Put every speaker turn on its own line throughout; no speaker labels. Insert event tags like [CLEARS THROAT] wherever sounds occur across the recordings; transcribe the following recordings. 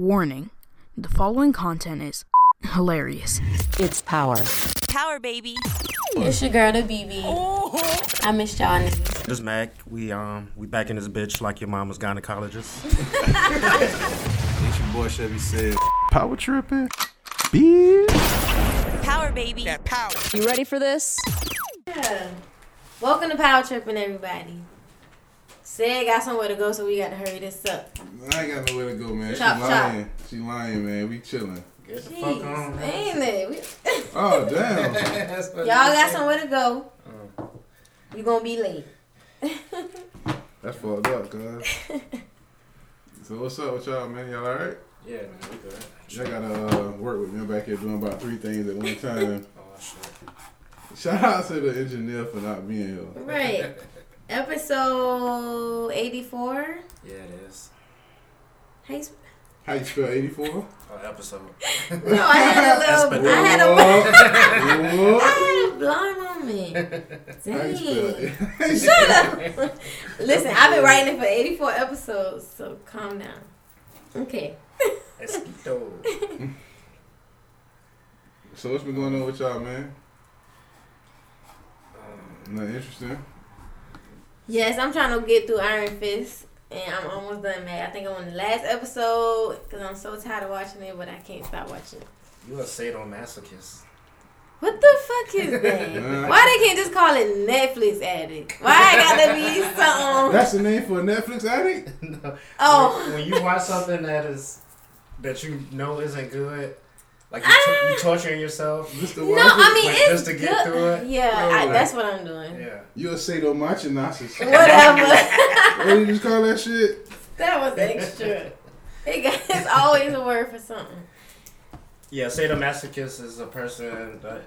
Warning the following content is [LAUGHS] hilarious.
It's power.
Power baby.
It's your girl, the BB. I miss y'all. niggas.
This is Mac. We um we back in this bitch like your mama's gynecologist.
It's your boy Chevy said.
power tripping, bitch.
Power baby.
You ready for this?
Welcome to Power Tripping, everybody. Sid got somewhere to go, so we got to hurry this up.
I ain't got nowhere to go, man.
Chop,
she
chop.
lying. She lying, man. We chilling.
Jeez, ain't it? We- [LAUGHS]
Oh damn.
Y'all got somewhere to go.
Oh.
You gonna be late. [LAUGHS]
That's fucked up, cuz. So what's up with y'all, man? Y'all alright?
Yeah, man, we good.
Y'all gotta uh, work with me. I'm back here doing about three things
[LAUGHS]
at one time.
Oh,
Shout out to the engineer for not being here.
Right. Episode 84.
Yeah, it is.
How you sp-
How you spell 84?
Oh, episode.
No, I had a little. I had a, [LAUGHS] I
Whoa.
had a blind moment.
[LAUGHS] How you spell
Dang.
it?
Shut up. [LAUGHS] Listen, I've been writing it for 84 episodes, so calm down. Okay.
Esquito.
So what's been going on with y'all, man?
Um,
Nothing interesting.
Yes, I'm trying to get through Iron Fist, and I'm almost done, man. I think I'm on the last episode because I'm so tired of watching it, but I can't stop watching. it.
You a sadomasochist.
What the fuck [LAUGHS] is that? Why they can't just call it Netflix Addict? Why I gotta be [LAUGHS] something?
That's the name for a Netflix addict?
no.
Oh.
When you watch something that is that you know isn't good, like you, to- you torturing yourself.
Just the
No,
one-
I mean
Like,
it's
just to get
good.
through it?
Yeah, I,
No.
that's what I'm
[LAUGHS]
doing.
Yeah.
You're a sadomasochistic.
Whatever. [LAUGHS]
what do you just call that shit?
that was
[LAUGHS]
extra. It got, it's always a word for something.
Yeah, sadomasochist is a person that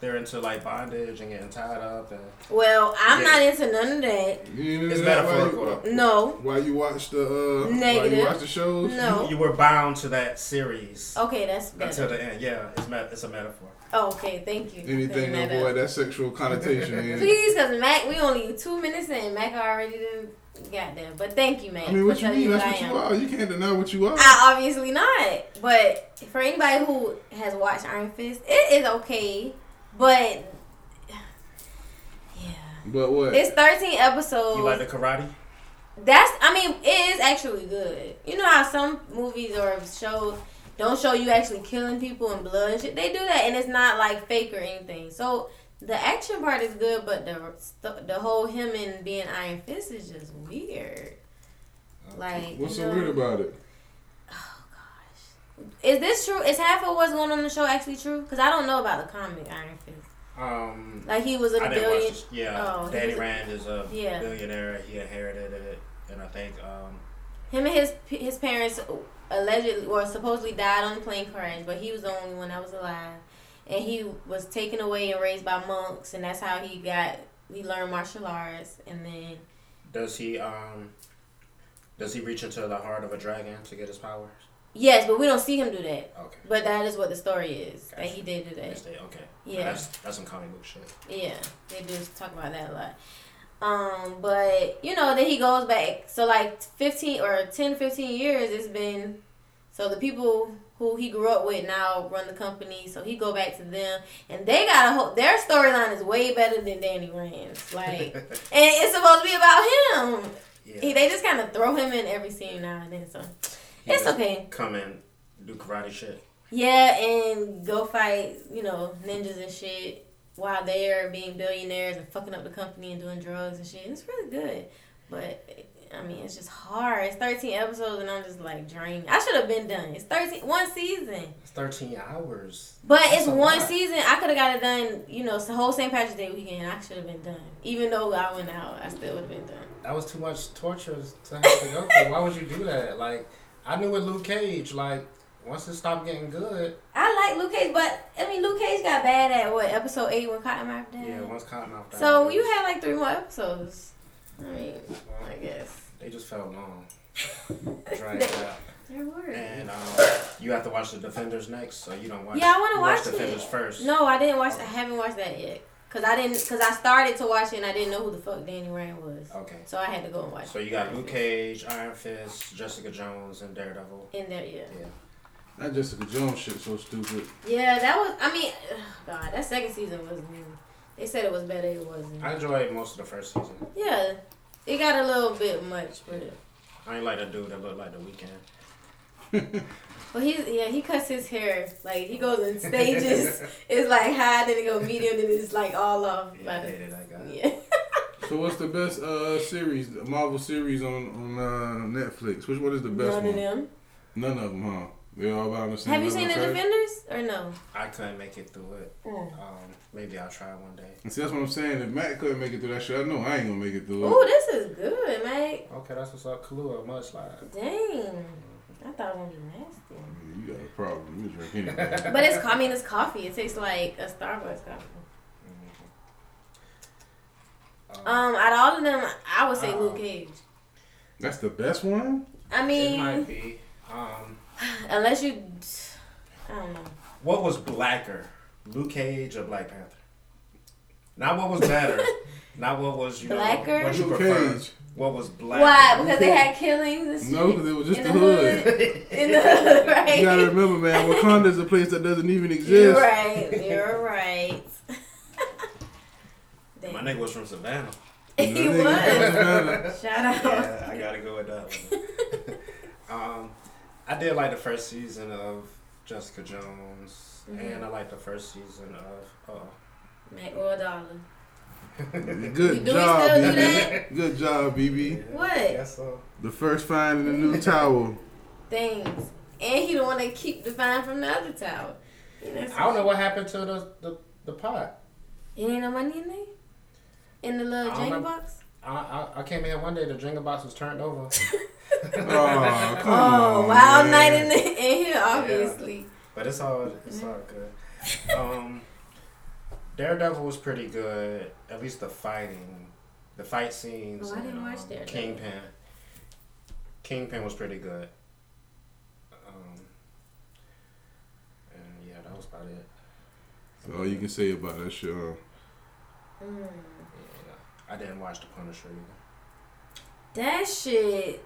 they're into like bondage and getting tied up and
Well, I'm
Yeah.
not into none of that.
You know
it's
that why you-
metaphorical.
No,
Why you watch the uh? Why
Negative.
you watch the shows?
no.
You were bound to that series
Okay, that's better.
until the end. Yeah, it's met- it's a metaphor.
Oh, okay, thank you. for
Anything
clearing
to
that up.
avoid that sexual connotation. in.
Please, cause Mac, we only two minutes in. Mac already done got there. But thank you, Mac.
I mean, what
for
you
telling
mean?
me
That's
who
what
I
you
am. Ah.
are. You can't deny what you are.
I obviously not. But for anybody who has watched Iron Fist, it is okay. But yeah,
But what?
it's thirteen episodes.
You like the karate?
That's I mean, it is actually good. You know how some movies or shows don't show you actually killing people and blood and shit. They do that and it's not like fake or anything. So the action part is good, but the st- the whole him and being Iron Fist is just weird. Like
What's
you
so
know-
weird about it?
Is this true? Is half of what's going on in the show actually true? Because I don't know about the comic Iron Fist.
Um,
Like he was a
I didn't watch
billion.
this. Yeah,
oh, he
Danny
was a-
Rand is a
Yeah.
billionaire. He inherited it, and I think um,
Him and his his parents allegedly or supposedly died on a plane crash, but he was the only one that was alive, and he was taken away and raised by monks, and that's how he got he learned martial arts, and then
does he um, does he reach into the heart of a dragon to get his powers?
yes, but we don't see him do that.
Okay,
But that is what the story is that he did do
They
that.
stay- okay.
Yeah.
that's that's some comic book shit.
Yeah, they do talk about that a lot. Um, but you know, then he goes back. So like 15 or 10, 15 years it's been so the people who he grew up with now run the company. So he go back to them and they got a whole their storyline is way better than Danny Rand's.
[LAUGHS]
Like and it's supposed to be about him.
Yeah,
He, they just kind of throw him in every scene now and then so
He
it's
just
okay.
Come and do karate shit.
Yeah, and go fight, you know, ninjas and shit while they're being billionaires and fucking up the company and doing drugs and shit. It's really good. But, I mean, it's just hard. It's 13 episodes and I'm just like drained. I should have been done. It's 13, one season.
It's thirteen hours.
But
That's
it's
a
one
lot.
season. I could have got it done, you know, it's the whole St. Patrick's Day weekend. I should have been done. Even though I went out, I still would have been done.
That was too much torture to have to go through. Why would you do that? Like I knew with Luke Cage, like once it stopped getting good,
I like Luke Cage, but, I mean, Luke Cage got bad at, what, episode 8 when Cottonmouth died?
yeah, once Cottonmouth. died,
So
it
you
was-
had like three more episodes. I mean, I guess
They just
[LAUGHS]
felt long. Dragged out.
there were.
And um, you have to watch the Defenders next, so you don't watch.
Yeah, I wanna
you
watch it.
Defenders first.
No, I didn't watch. I haven't watched that yet. Cause I didn't, cause I started to watch it and I didn't know who the fuck Danny Rand was,
Okay.
so I had to go and watch.
So you got Luke Cage, Iron Fist, Jessica Jones, and Daredevil.
it. In there, yeah,
That Jessica Jones shit so stupid.
yeah, that was. I mean, ugh, God, that second season was. mm, They said it was better, it wasn't.
I enjoyed most of the first season.
Yeah, it got a little bit much, but
I ain't like that dude that looked like The Weeknd.
Well, he's yeah, he cuts his hair like he goes in
[LAUGHS]
stages. it's like high, then it go medium, then it's like all off.
Yeah, I
Like,
hated that guy.
yeah.
So what's the best uh series, the Marvel series on on uh, Netflix? Which one is
[LAUGHS]
the best
None
one?
of them.
None of them, huh? They all about the same.
Have you
level
seen the
of trash?
Defenders or no?
I couldn't make it through it.
Mm.
Um, maybe I'll try one day.
And see, that's what I'm saying. If Matt couldn't make it through that shit, I know I ain't gonna make it through.
Ooh,
it.
this is good, mate.
Okay, that's what's up. Kahlua, Mudslide.
Dang, I thought it was nasty.
You got a problem. You drink
[LAUGHS]
anything.
But it's I mean it's coffee. It tastes like a Starbucks coffee. Um, out of all of them, I would say Luke Cage.
that's the best one.
I
It might
mean,
be. Um,
unless you, I don't know.
what was blacker, Luke Cage or Black Panther? Not what
[LAUGHS]
was better. not what was you know,
Blacker?
What you
Luke
prefer.
Cage.
What was black?
Why? Because they had killings and shit.
No, because it was just
in
the hood.
[LAUGHS] In the hood, right?
You gotta
[LAUGHS]
remember, man. Wakanda's a place that doesn't even
You're
exist.
right. You're right. [LAUGHS] Damn.
My nigga was from Savannah.
[LAUGHS] He
That nigga
was.
doesn't matter.
Shout out.
yeah, I gotta go with that [LAUGHS] one. um, I did like the first season of Jessica Jones, and I liked the first season of. Uh,
Mac or dollar.
Good
Do
job,
we still do
BB.
that?
Good job, BB.
What?
I guess so.
The first find in the
[LAUGHS]
new tower.
Things. And he the one that keep the fine from the other tower. You know,
I don't know what happened to the the, the pot.
It ain't no money in there? In the little
I don't
Jenga
know.
box?
I, I, I came in here one day, the drinking box was turned over.
Oh, come
Hmm.
Oh,
on,
wild
man.
night in, the, [LAUGHS] in here, obviously.
But it's all it's all good. Um, Daredevil was pretty good. At least the fighting, the fight scenes.
Oh, I didn't
and,
watch
um,
Daredevil.
Kingpin. Kingpin was pretty good. Um, and yeah, that was about it.
That's all you can say about that shit. Huh?
Yeah, I didn't watch The Punisher either.
That shit.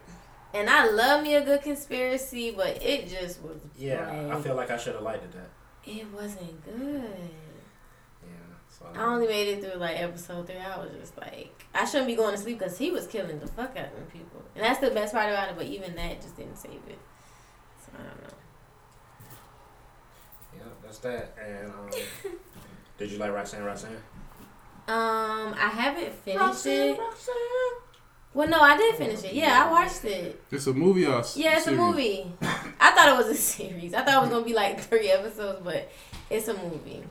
And I love me a good conspiracy, but it just was.
Yeah, I
like,
feel like I should have liked it that.
It wasn't good.
Yeah, so
I only made it through like episode three. I was just like, I shouldn't be going to sleep because he was killing the fuck out of people, and that's the best part about it. But even that just didn't save it. So I don't know.
yeah, that's that.
[LAUGHS]
And um, did you like Roxanne? Roxanne?
Um, I haven't finished it. Well, no, I did finish it. Yeah, I watched it.
It's a movie or s-
Yeah, it's
series?
a movie. I thought it was a [LAUGHS] series. I thought it was gonna be like three episodes, but it's a movie.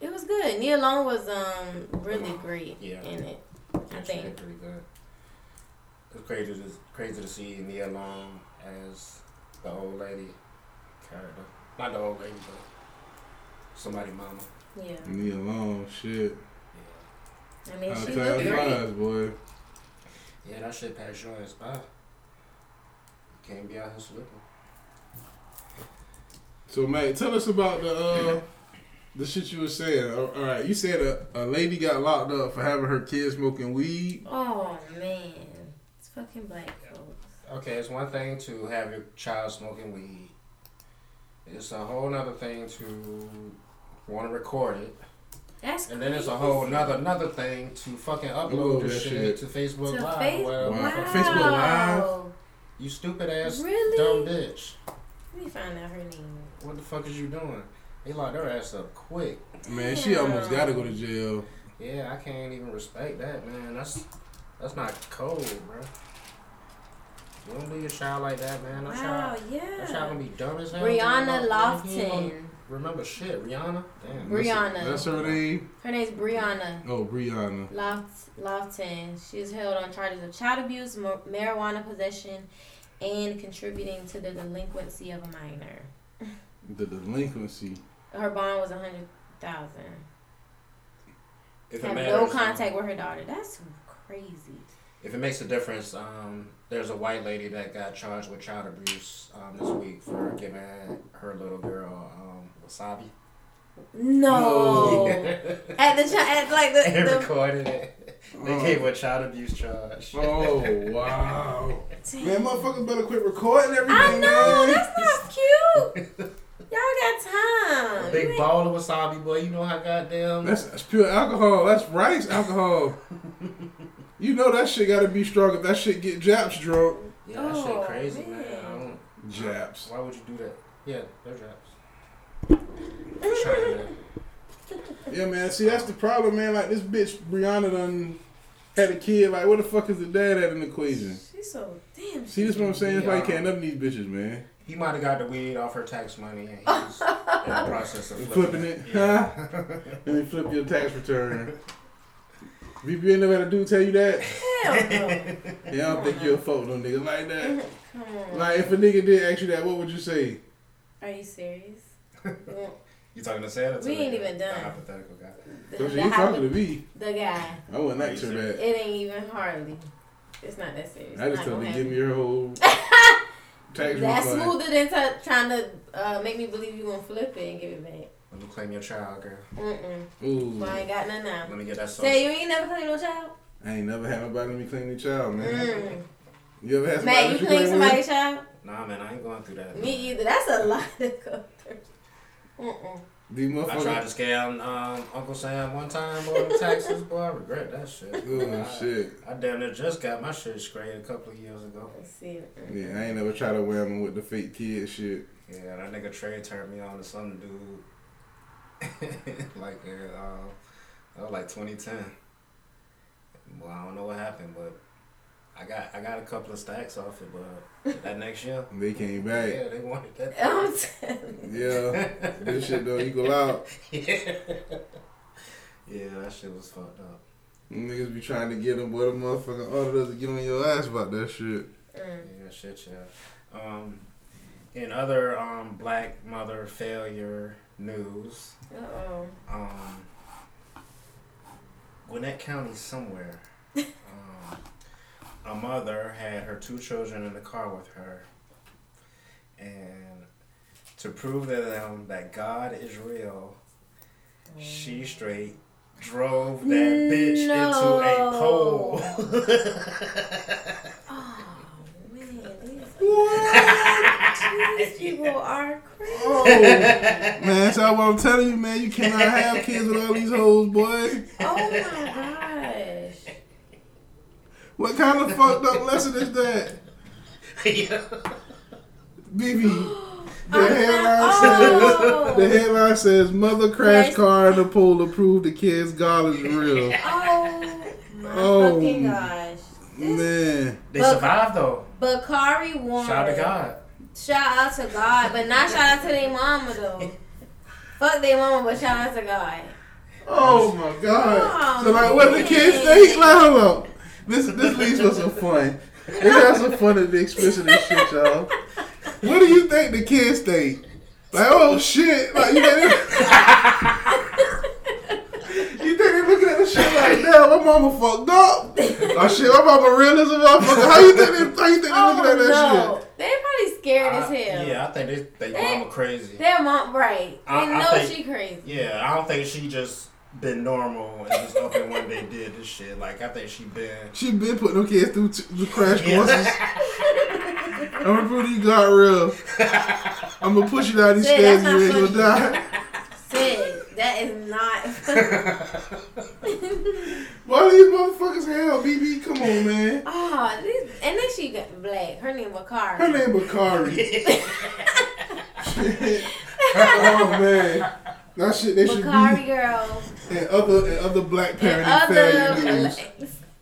It was good. Nia Long was um really great
Yeah.
in it.
Yeah,
I
she did
think.
pretty good. It's crazy to crazy to see Nia Long as the old lady character. Not the old lady, but somebody mama.
Yeah,
Leave me alone, shit.
I
Uh,
mean
How
she
time
looked great.
flies, boy.
Yeah, that shit passed your ass by. You can't be out here slipping.
So, Matt, tell us about the uh, the shit you were saying. All all right, you said a, a lady got locked up for having her kids smoking weed.
Oh man, it's fucking black folks.
Okay, it's one thing to have your child smoking weed. It's a whole nother thing to want to record it,
That's
and then it's a
crazy.
whole nother another thing to fucking upload
Upload
your
that
shit,
shit.
to Facebook
To
Live.
Face-
or whatever.
Wow.
Wow.
Facebook Live?
You stupid ass
Really?
dumb bitch.
Let me find out her name.
What the fuck is you doing? They locked her ass up quick.
Man, she almost got to go to jail.
Yeah, I can't even respect that, man. That's that's not cold, bro. You don't do your child like that, man.
Wow,
That child, that child
yeah.
gonna be dumb as hell.
Brianna
He ain't gonna
Lofton.
Remember shit, Rihanna. Damn.
Bri- Brianna.
That's her name?
Her name's Brianna
Oh, Brianna.
Loft Lofton. She is held on charges of child abuse, mar- marijuana possession, and contributing to the delinquency of a minor.
The delinquency.
[LAUGHS] Her bond was a hundred thousand.
If it
Have
matters,
no
um,
contact with her daughter. That's crazy.
If it makes a difference, um, there's a white lady that got charged with child abuse um, this week for giving her little girl um, wasabi.
No.
[LAUGHS]
at the chi- at like the,
they
the
recorded it. They
Oh.
gave a child abuse charge. [LAUGHS]
Oh wow. Man, motherfuckers better quit recording everything.
I know
man.
Oh, that's not cute. Y'all got time. You
Big
ain't-
ball of wasabi, boy. You know how goddamn.
That's, that's pure alcohol. That's rice
[LAUGHS]
alcohol. you know that shit gotta be strong if that shit get Japs drunk.
Yeah, that
Oh,
shit crazy, man.
man.
I don't,
Japs.
why would you do that? Yeah, they're drops. China.
Yeah, man. See, that's the problem, man. Like this bitch Brianna done had a kid. Like, where the fuck is the dad at in the equation?
She's so damn.
See, this what I'm saying? That's why you can't none of these bitches, man.
He might have got the weed off her tax money and he
[LAUGHS]
was in the process of
Flipping it,
Yeah.
huh? Let me flip your tax return. VPN never had a dude tell you that.
Hell
[LAUGHS]
no.
Yeah, I don't think you'll fuck no nigga like that.
Come on.
Like, if a nigga did ask you that, what would you say?
Are you
[LAUGHS]
serious? Well,
[LAUGHS] You talking to Santa?
We ain't even done.
Hypothetical guy.
the,
Don't
the,
you ain't
hypo-
talking to me.
the guy.
I wouldn't ask her that.
It ain't even hardly. It's not that serious.
I just
Not
told
gonna
her, give
happen.
me
[LAUGHS]
your whole tax
That's
refund.
smoother than t- trying to uh, make me believe you gonna flip it and give it back.
Let me claim your child, girl.
Mm-mm.
Ooh,
Well, I ain't got none now.
Let me get that sauce.
Say you ain't never claimed no child.
I ain't never had nobody let me claim their child, man.
Mm.
You ever had somebody
Matt,
let
you claim
you claim one?
somebody's child?
Nah, man, I ain't going through that.
Me either. That's a lot to go through. Mm-mm.
These
I tried
motherfuckers.
to scam um, Uncle Sam one time, boy, on taxes, boy. I regret that shit.
Oh,
I,
shit.
I damn near just got my shit straight a couple of years ago.
Let's see. Mm.
Yeah, I ain't never tried to wham them with the fake kid shit.
Yeah, that nigga Trey turned me on to some dude. [LAUGHS] like, uh, um, that was like 2010. Well, I don't know what happened, but I got I got a couple of stacks off it, but that next year, [LAUGHS]
They came
yeah,
back.
they wanted
[LAUGHS]
that.
I'm telling you.
Yeah. this shit though, you go out.
[LAUGHS] yeah. yeah, that shit was fucked up.
them Niggas be trying to get them, boy, the motherfucking auditors to get on your ass about
[LAUGHS]
that shit.
Mm.
Yeah, shit, yeah. Um, in other um, black mother failure news,
Uh-oh.
um, Gwinnett County somewhere, um, a mother had her two children in the car with her, and to prove to them that God is real, she straight drove that bitch into a
No.
pole. [LAUGHS]
Man,
[LAUGHS]
these, these people are crazy.
Oh, man, that's all what I'm telling you, man. You cannot have kids with all these hoes, boy.
Oh my
[LAUGHS]
gosh.
What kind of fucked up lesson
[LAUGHS]
is that? Bibi. The headline says the
Oh,
headline says mother crash
Yes.
car in the pool to prove the kids God is
[LAUGHS]
real.
oh my
Oh.
fucking gosh. This
Man.
They
Look.
survived though.
Bakari Warren.
Shout out to God.
Shout out to God, but not shout out to their mama though. Fuck their mama, but shout out to God.
Oh my god.
Oh,
so like what the kids
man.
think? Like hold up. This this leads to some fun. This has some fun in the expression and shit, y'all. What do you think the kids think? Like, oh shit. Like you think [LAUGHS] You think they looking at the shit like damn, my mama fucked up? Oh shit, my mama real as a motherfucker. How you think they how you think they
Oh
looking at that shit?
no, they probably scared as
I-
hell.
yeah, I think they they
They-
mama crazy.
Their mom, right? They
I- I
know
think-
she crazy.
Yeah, I don't think she just been normal and just up and one day did this shit. Like I think she been.
She been putting them kids through t- the crash
Yeah.
courses. I'm gonna prove you got real. I'm gonna push you down these
Say,
stairs
that's
and you ain't
not
gonna die.
Sis, that is
[LAUGHS]
not. [LAUGHS]
Why these motherfuckers hell, BB? Come on, man.
oh, this, and then she got black. Her name Bakari.
Her name Bakari. oh man, that shit. They should
Bakari girl.
be and other and other black
And
parent and failure
other.
news.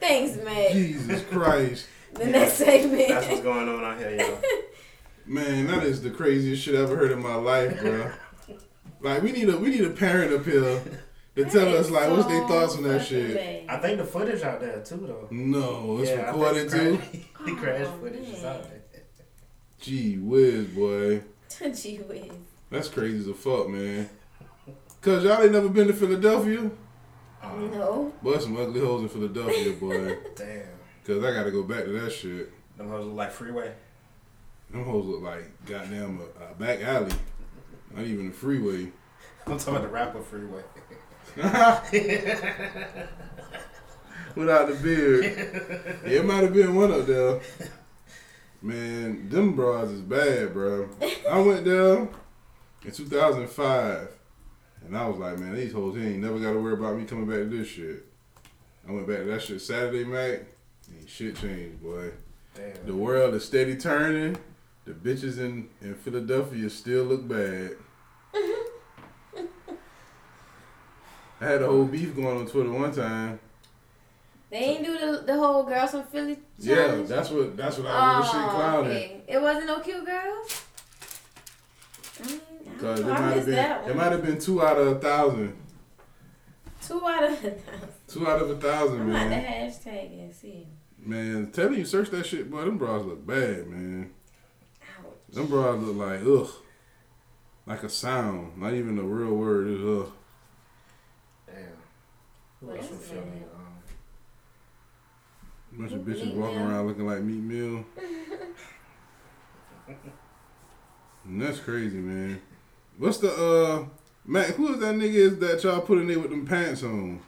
Thanks, Meg.
Jesus Christ,
The next
That's what's
segment.
going on out here, y'all.
man, that is the craziest shit I ever heard in my life, bro. Like we need a we need a parent up here to tell us like what's their thoughts on that shit.
I think the footage out there too, though.
No, it's
Yeah, I
recorded
think
too.
The crash, [LAUGHS] the crash
Oh,
footage is out there.
Gee whiz, boy.
Touchy Gee whiz.
That's crazy as a fuck, man. Cause y'all ain't never been to Philadelphia. Uh-huh.
Oh,
No.
Boy, some ugly hoes in Philadelphia, boy.
damn,
Cause I gotta go back to that shit.
them hoes look like freeway. [LAUGHS]
Them hoes look like goddamn a, a back alley. Not even a freeway.
I'm talking about the rapper Freeway.
without the beard. Yeah, it might have been one of them. Man, them bras is bad, bro. I went there in 2005, and I was like, man, these hoes he ain't never got to worry about me coming back to this shit. I went back to that shit Saturday night, and shit changed, boy.
Damn.
The world is steady turning. The bitches in, in Philadelphia still look bad. I had a whole beef going on Twitter one time.
They ain't do the, the whole girls from Philly.
Yeah,
challenge? Oh,
that's what that's what I was wishing clowning.
okay. It wasn't no cute girls. I mean, I
Cause
don't
it
know, I
might have
missed
been
that
it
one.
might have been two out of a thousand.
Two out of.
Two out of a thousand,
I'm not the
man.
hashtag and see.
Man, tell you search that shit, boy, them bras look bad, man.
Ouch.
Them bras look like ugh. Like a sound. Not even a real word, it's ugh.
Damn. Who
What
else
is
from
that?
Philly? Um,
Bunch of bitches
Meat
walking
Mill.
around looking like
[LAUGHS]
meat meal. and that's crazy, man. What's the uh Mac, who is that nigga is that y'all put in there with them pants on?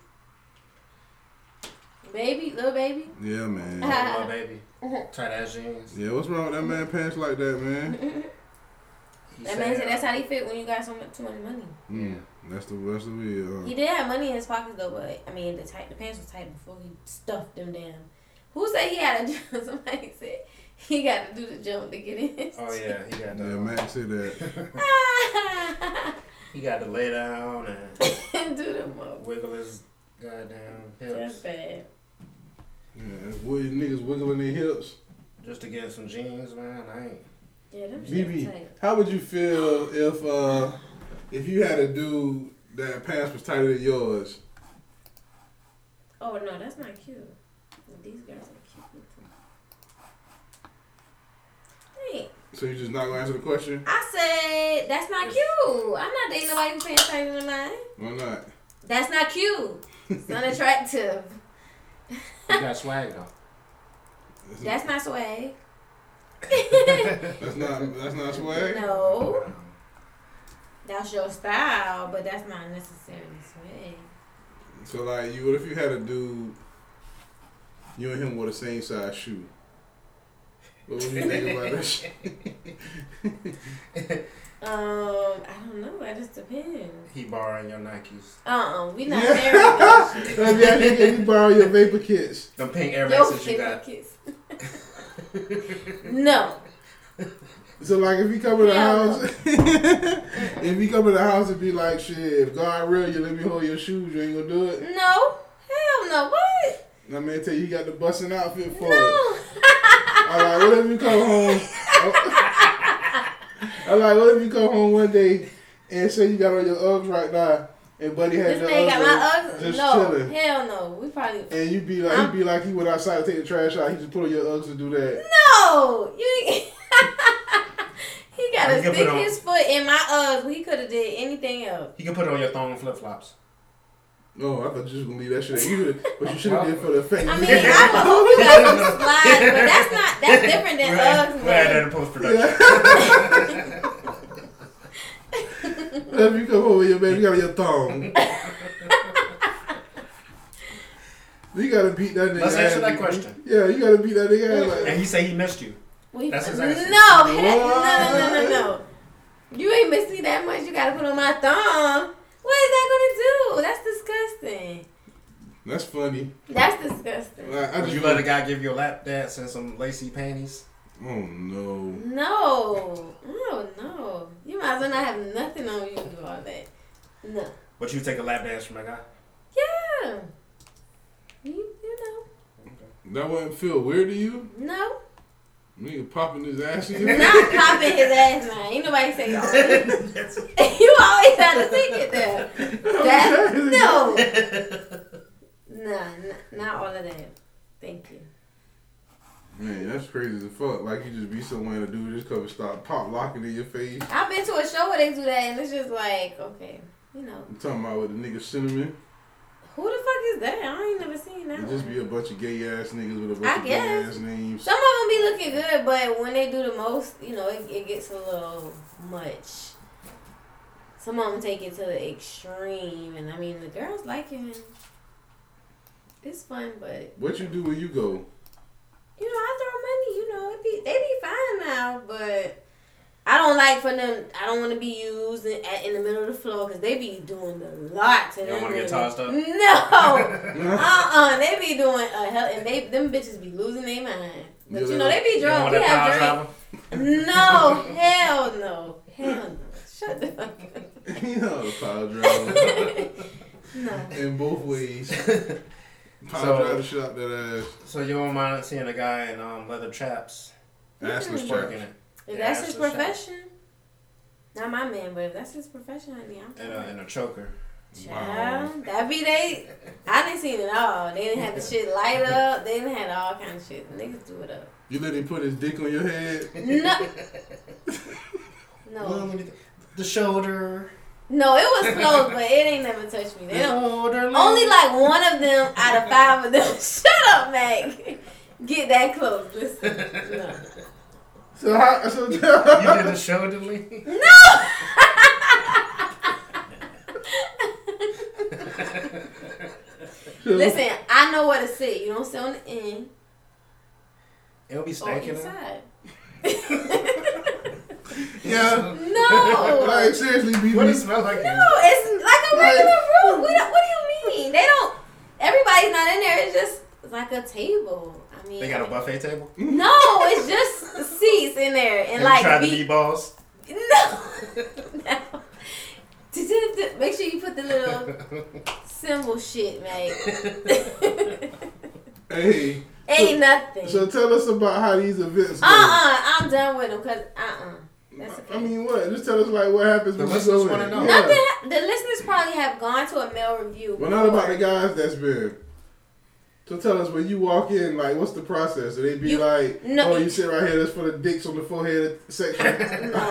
Baby, little baby.
Yeah,
[LAUGHS]
man.
Um,
Uh-huh.
Lil Baby.
Mm-hmm.
Tight ass jeans.
Yeah, what's wrong with that man pants like that, man?
He
That man said
uh,
that's how he fit when you got so much too much money.
Mm, that's the that's the uh,
He
weird.
did have money in his pockets though, but I mean the tight the pants was tight before he stuffed them down. Who said he had to jump? [LAUGHS] Somebody said he got to do the jump to get in.
Oh yeah, he got
Uh, yeah,
the
Mac said that.
he got to lay down and
[LAUGHS] do the most.
wiggle his goddamn
That's
hips
bad.
Yeah, what you niggas wiggling their hips.
just to get some jeans, man. I ain't.
Yeah, them shit
BB,
tight.
how would you feel if uh if you had a dude that pants was tighter than yours?
Oh no, that's not cute. These girls are cute. Hey,
So you just not gonna answer the question?
I said that's not cute. I'm not dating nobody who pants tighter than mine.
Why not?
That's not cute.
[LAUGHS]
It's unattractive.
He got swag though.
That's not swag.
That's not that's not
[LAUGHS]
swag.
No. That's your style, but that's not necessarily swag.
So like you what if you had a dude you and him wore the same size shoe? What would you think about that shit?
Um, I don't know. It just depends.
He borrowing your Nikes.
Uh-uh, we not
Yeah.
married. that shit.
Let me ask you, can you borrow your vapor kits?
Them pink Air
Your
Maxes you
favorite
got.
kiss. no.
So like if you come in the
Hell
house [LAUGHS] if you come in the house and be like shit, if God real you let me hold your shoes, you ain't gonna do it.
No. Hell no. What?
And I mean tell you you got the busting outfit for it.
No.
I like what if you
[LAUGHS]
come home I like what if you come home one day and say you got on your Uggs right now and buddy had
This
your
man got
Uggs on,
my Uggs?
just
No.
chilling.
Hell no. We probably.
And you be like,
I'm-
you be like, he went outside to take the trash out. He just put on your Uggs and do that.
No. You. [LAUGHS] he got
You
to
can put
stick
on-
his foot in my Uggs. He could have did anything
[LAUGHS]
else.
You can put it on your thong and flip flops.
No, I thought you was gonna leave that shit. at You but you should have did for the fact.
I mean, I would hope you got
[LAUGHS]
some slides, but that's not that's different [LAUGHS] than Uggs.
We're at that
man.
in post production.
Let me come over here, man. You got
[LAUGHS]
your thong. you gotta beat that nigga.
Let's answer
ass,
that
BB.
question.
Yeah, you gotta beat that nigga. ass,
[LAUGHS] And
Like,
he say he missed you.
We-
That's his answer.
No, [LAUGHS] he- no, no, no, no, no. You ain't miss me that much. You gotta put on my thumb. What is that gonna do? That's disgusting.
that's funny.
That's disgusting.
Like, I
Would
just,
you let a guy give you a lap dance and some lacy panties?
oh no.
No, no, no. You might as well not have nothing on you to do all that. No.
But you take a lap dance from a guy? [LAUGHS]
Yeah. You, you
That wouldn't feel weird to you?
know. No.
Nigga popping his ass
[LAUGHS]
in your
Not popping his ass now. Ain't nobody say that. [LAUGHS] you always had to take it
[LAUGHS]
there. That no, nah, n- not all of that. Thank you.
Man, that's crazy as fuck. Like you just be somewhere and a dude just come and start pop locking in your face.
I've been to a show where they do that, and it's just like, okay, you know,
I'm talking about with the nigga cinnamon.
who the fuck is that? I ain't never seen that.
It just
one.
be a bunch of gay ass niggas with a bunch
I
of gay
guess.
ass names.
Some of them be looking good, but when they do the most, you know, it, it gets a little much. Some of them take it to the extreme, and I mean the girls like it. and It's fun, but
What you do when you go? [LAUGHS]
you know I throw money. You know it be they be fine now, but I don't like for them. I don't want to be used in, at, in the middle of the floor because they be doing a lot to
You
them.
don't want to get
niggas.
tossed up?
No.
[LAUGHS]
Uh-uh, they be doing a hell, and they them bitches be losing their mind. But you know they be
You don't
drunk.
want
We
that power
have
travel?
drink. No, hell no, hell no. Shut the fuck up.
you know, the
[LAUGHS]
pile driver
No.
in both ways.
[LAUGHS]
Pile
So-
driver shot that ass.
So you don't mind seeing a guy in um, leather chaps working
Assless
it
traps.
If
Yeah,
that's
that's
his
what's up.
profession, not my man, but if that's his profession, honey, I'm
in a,
fine.
in a [LAUGHS] choker?
Child, that be they. I didn't see it all. They didn't have the shit light up. They didn't have all kind of shit. Niggas do it up.
You let him put his dick on your head.
No, no,
Well, The shoulder.
no. It was close, but it ain't never touched me. They
The
don't
shoulder.
Only like one of them out of five of them. [LAUGHS] Shut up, Mac. Get that close. Listen. No.
[LAUGHS] So how? [LAUGHS] So
You did the shoulder lean?
Listen, I know where to sit. You don't sit on the end
It'll be
or
stinking.
inside. [LAUGHS]
[LAUGHS] yeah.
No.
[LAUGHS] Like seriously, BB.
What does it smell like?
No, it's like a regular room. We don't, what do you mean? They don't. Everybody's not in there. It's just it's like a table. I mean,
They got a buffet table. You
no. It's just seats in there and like
tried the
be-
meatballs.
[LAUGHS] No. no. [LAUGHS] Make sure you put the little symbol shit, mate.
Hey.
[LAUGHS] Ain't nothing.
So tell us about how these events go.
uh
Uh-uh.
uh, I'm done with them because uh uh. That's okay.
I mean, what? Just tell us like what happens
The
when you
listeners
go in.
wanna know.
Yeah.
Nothing. ha- The listeners probably have gone to a mail review.
Well, not about the
before.
guys that's been. So tell us when you walk in, like, what's the process? Do they be
You-
like,
no,
oh,
you-
you sit right here, that's for the dicks on the forehead
[LAUGHS]
section?
No,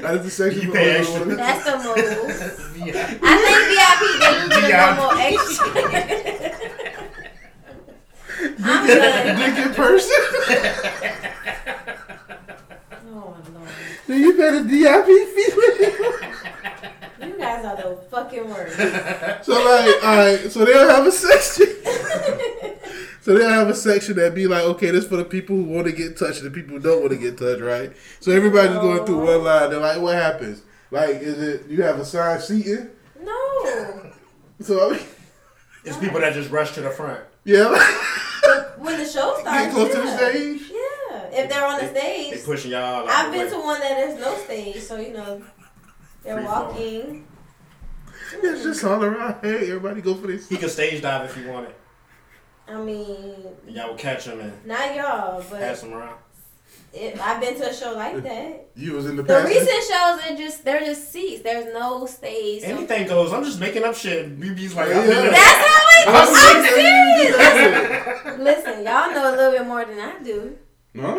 That is the section
You
for
pay
older
extra.
women?
that's the move.
Yeah.
I think VIP they usually
VIP.
a more extra. I'm done.
Dick in person?
Oh lord,
Do you pay the DIP fee?
you guys are the fucking worst.
so, like, alright, so they'll have a section. So they'll have a section that be like, okay, this for the people who want to get touched, the people who don't want to get touched, right? So everybody's going through one line. They're like, what happens? Like, is it you have assigned seating?
No.
So I mean,
[LAUGHS] It's people that just rush to the front.
yeah, like,
When the show starts,
get close to
yeah.
the stage.
Yeah, if they're on the
They
stage.
pushing y'all. out
I've
the
been
way.
to one that is no stage, so you know they're
Free fall.
walking.
It's just all around. Hey, everybody, go for this.
He could stage dive if he wanted.
I mean,
And y'all would catch him and
not y'all,
pass
but
him around.
it, I've been to a show like that.
You was in the
The
past. [LAUGHS]
recent shows are just they're just seats. There's no stage. So
Anything goes. I'm just making up shit. BB's like, I'm
Yeah.
making up.
that's how
I'm
it.
serious.
I'm listen, y'all know a little bit more than I do.
No,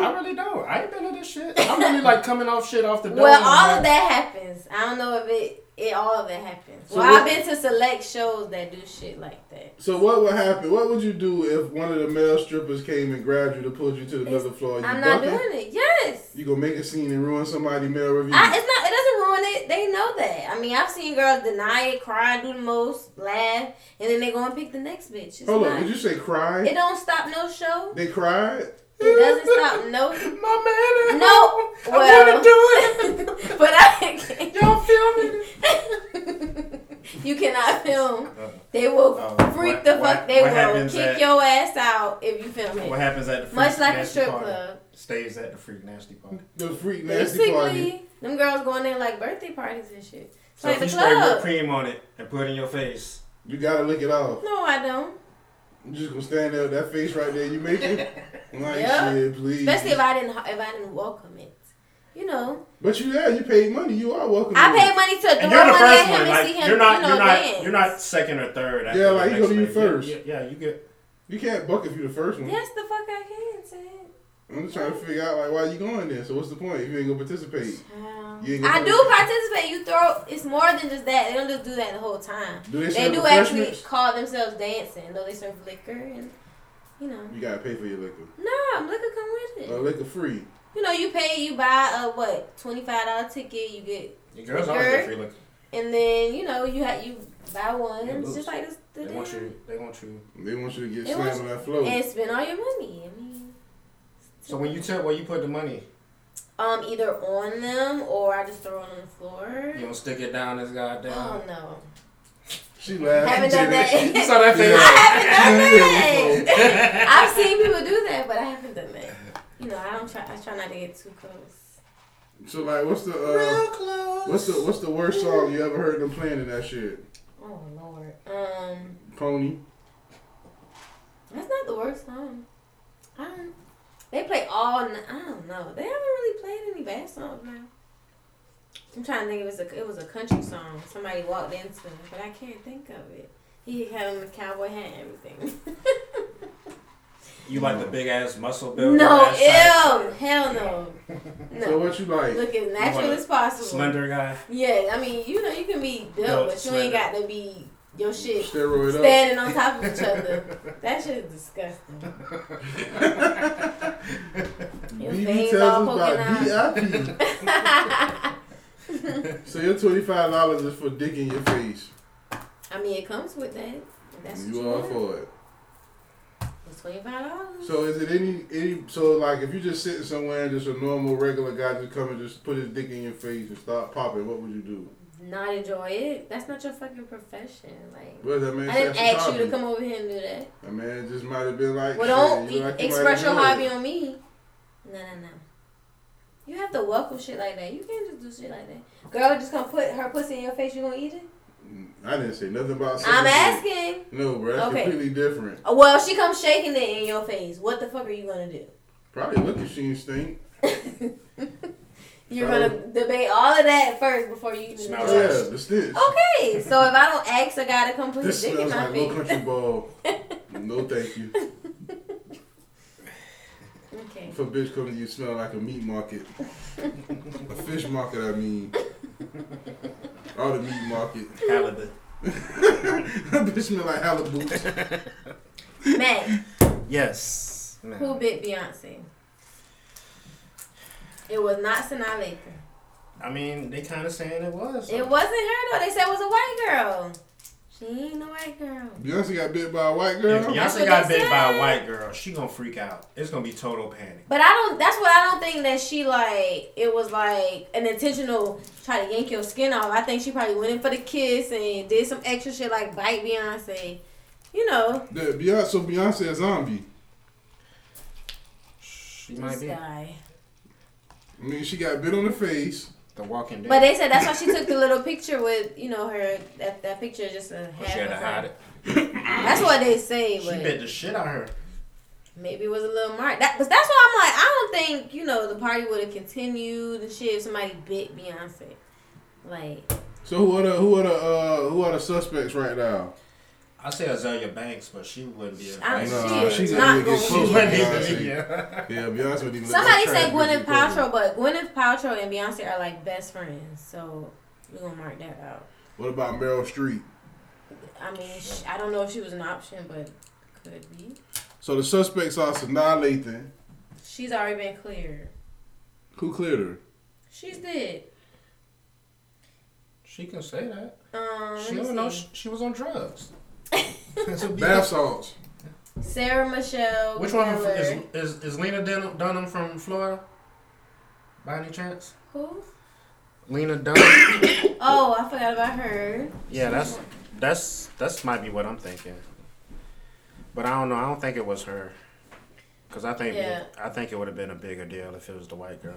[LAUGHS] I really don't. I ain't been in this shit. I'm really like coming off shit off the dome.
Well, all
like-
of that happens. I don't know if it it all of it happens.
So
well,
what-
I've been to select shows that do shit like that.
So what would happen? What would you do if one of the male strippers came and grabbed you to push you to the another floor? You
I'm not
bucking?
doing it. Yes.
You gonna make a scene and ruin somebody's male review?
I, it's not. It doesn't ruin it. They know that. I mean, I've seen girls deny it, cry, do the most, laugh, and then they go and pick the next bitch. It's
Hold
not-
on, did you say cry?
[LAUGHS] It don't stop no
[LAUGHS]
show.
They cried.
It doesn't stop
[LAUGHS]
no.
My man.
No. Well, [LAUGHS] but I can't.
Y'all feel me?
[LAUGHS] you cannot film. They will
Oh,
freak
Uh, what-
the fuck.
what-
they
what
will
happens
kick
at-
your ass out if you film it.
What happens at the freak
Much like a
nasty
strip
party?
club.
Stays at the freak nasty party.
The freak nasty party.
Basically, them girls going there like birthday parties and shit. It's
So
like
if
the
you spray whipped
club.
cream on it and put it in your face,
You gotta lick it off.
No, I don't.
You just gonna stand there with that face right there. You
[LAUGHS]
make it. Like
Yeah.
shit, please.
Especially if I didn't if I didn't welcome it. You know,
but you there. You paid money. You are welcome.
I
to it.
paid money to throw
and you're
money
the
at
first
him
one.
and
Like
see him.
you're not,
you know,
you're not,
dance.
you're not second or third. after
Yeah,
the
like, you
next
go to you
lady.
first.
Yeah, yeah, you get.
You can't buck if you the first one.
Yes, the fuck I can, Ted.
I'm just trying to figure out like why you going there. So what's the point if you ain't gonna participate? You ain't gonna
I do participate. You throw. It's more than just that. They don't just do that the whole time.
Do they
They
serve
do actually
refreshments?
call themselves dancing, though they serve liquor and you know.
You gotta pay for your liquor.
No, liquor come with it.
Oh.
Uh, liquor free.
You know, you pay. You buy a what twenty five dollar ticket. You get
Your girls always get
Girl.
free liquor.
and then you know you had you buy one.
You
It's
lose.
just like this. The
They
damn,
want you. They want you.
They want you to get
It
slammed
was-
on that floor.
and spend all your money. I mean,
So when you tell where you put the money,
um, either on them or I just throw it on the floor.
you don't stick it down this goddamn.
Oh [LAUGHS] no,
She laughed.
haven't done
[LAUGHS] you
that.
saw that
Yeah.
face?
[LAUGHS] I haven't done that.
Yeah.
I've seen people do that, but I haven't done that. You know, I don't try. I try not to get too close.
So like, what's the uh, what's the what's the worst song you ever heard them playing in that shit?
Oh lord. Um,
Pony.
that's not the worst song. I don't. They play all. n- I don't know. They haven't really played any bad songs now. I'm trying to think. It was a it was a country song. Somebody walked into, it, but I can't think of it. He had him a cowboy hat and everything. [LAUGHS]
You like the big ass muscle build?
no,
ass type,
ew, hell no,
[LAUGHS] So
no.
what you like?
Look as natural
wanna-
as possible.
Slender guy.
Yeah, I mean, you know, you can be
No,
built, but you ain't
slender.
got to be your shit
Steroid up.
standing on top of each other.
[LAUGHS]
That shit is disgusting. Your
BB
veins
tells
all
us
poking
about BIP.
[LAUGHS]
So your twenty five dollars is for dick in your face.
I mean, it comes with that. That's what
You are
want.
for it.
It's twenty five dollars.
So is it any any? So like, if you just sitting somewhere and just a normal regular guy just come and just put his dick in your face and start popping, what would you do?
Not enjoy it. That's not your fucking profession. Like,
Well, that man
I didn't
said
ask you to
photography.
come over here and do that.
That man just might have been like,
Well, don't
shit, you like, you might
express your
enjoy it.
hobby on me. No, no, no. You have to welcome shit like that. You can't just do shit like that. Girl, just gonna put her pussy in your face. You gonna eat it?
I didn't say nothing about.
I'm
sex.
asking.
No, bro, that's
Okay.
completely different.
Oh, Well, she comes shaking it in your face. What the fuck are you gonna do? [LAUGHS]
Probably look at she and stink.
You're gonna debate all of that first before you even.
Smells
yeah,
like-
Okay,
the stench.
Oh, so if I don't ask a guy to come put his
This
dick in
smells
my
like low country
face, [LAUGHS]
ball. no, thank you.
okay.
If a bitch come to you smell like a meat market, a fish market, I mean, or the meat market. [LAUGHS]
Halibut.
that bitch smell like halibut. [LAUGHS]
Matt,
Yes. Man.
who bit Beyonce? It was not Sanaa Lathan.
I mean, they kind of saying it was.
It wasn't her though. They said it was a white girl. She ain't a white girl.
Beyonce got bit by a white
If
girl.
That's
Beyonce
what
got
they
bit by
said.
a white girl, she gonna freak out. It's gonna be total panic.
But I don't. That's what I don't think that she like. It was like an intentional try to yank your skin off. I think she probably went in for the kiss and did some extra shit like bite Beyonce. You know,
The Beyonce, so Beyonce a zombie.
She might
this
be
guy.
I mean, she got bit on the face.
the Walking Dead.
But they said that's why she took the little picture with you know her that that picture is just a
she
half.
had
of
to
her.
hide it.
That's what they say,
She bit
but
the shit out of her.
maybe it was a little mark. That, but that's why I'm like, I don't think you know the party would have continued and shit if somebody bit Beyonce. Like,
So who are the who are the uh, who are the suspects right now?
I say Azalea Banks, but she wouldn't be.
I don't
invited.
Nah,
see it.
she
It's
didn't
not
even get
going to
close
She
to
be
wouldn't
it.
even
Beyonce.
be here.
Yeah, Beyonce would even.
Somebody
said
said Gwyneth Paltrow, but Gwyneth Paltrow and Beyonce are like best friends, so we're gonna mark that out.
What about Meryl Streep?
I mean, sh I don't know if she was an option, but could be.
So the suspects are Sanaa Lathan.
She's already been cleared.
Who cleared her?
She's dead.
She can say that.
Um,
She
let me
don't know
see.
she, she was on drugs. So be-
Bath salts.
Sarah Michelle.
Which one
Gellar.
is, is is Lena Dun- Dunham from Florida? By any chance?
Who?
Lena Dunham. [COUGHS]
Oh, I forgot about her.
yeah, that's that's that's might be what I'm thinking. But I don't know. I don't think it was her. Cause I think
Yeah.
I think it would have been a bigger deal if it was the white girl.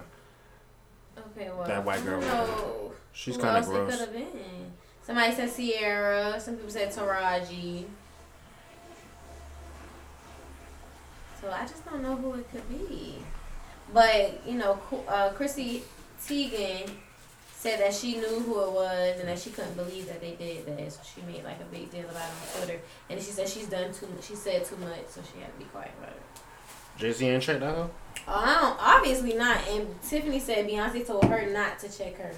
Okay, well,
That white girl.
No,
She's kind of
It
gross.
could have been. Somebody said Sierra. Some people said Taraji. So I just don't know who it could be. But you know, Qu- uh, Chrissy Teigen said that she knew who it was and that she couldn't believe that they did that. So she made like a big deal about it on Twitter. And she said she's done too. She said too much, so she had to be quiet about it.
Jay Z ain't checked that out.
Oh, I don't, obviously not. And Tiffany said Beyonce told her not to check her.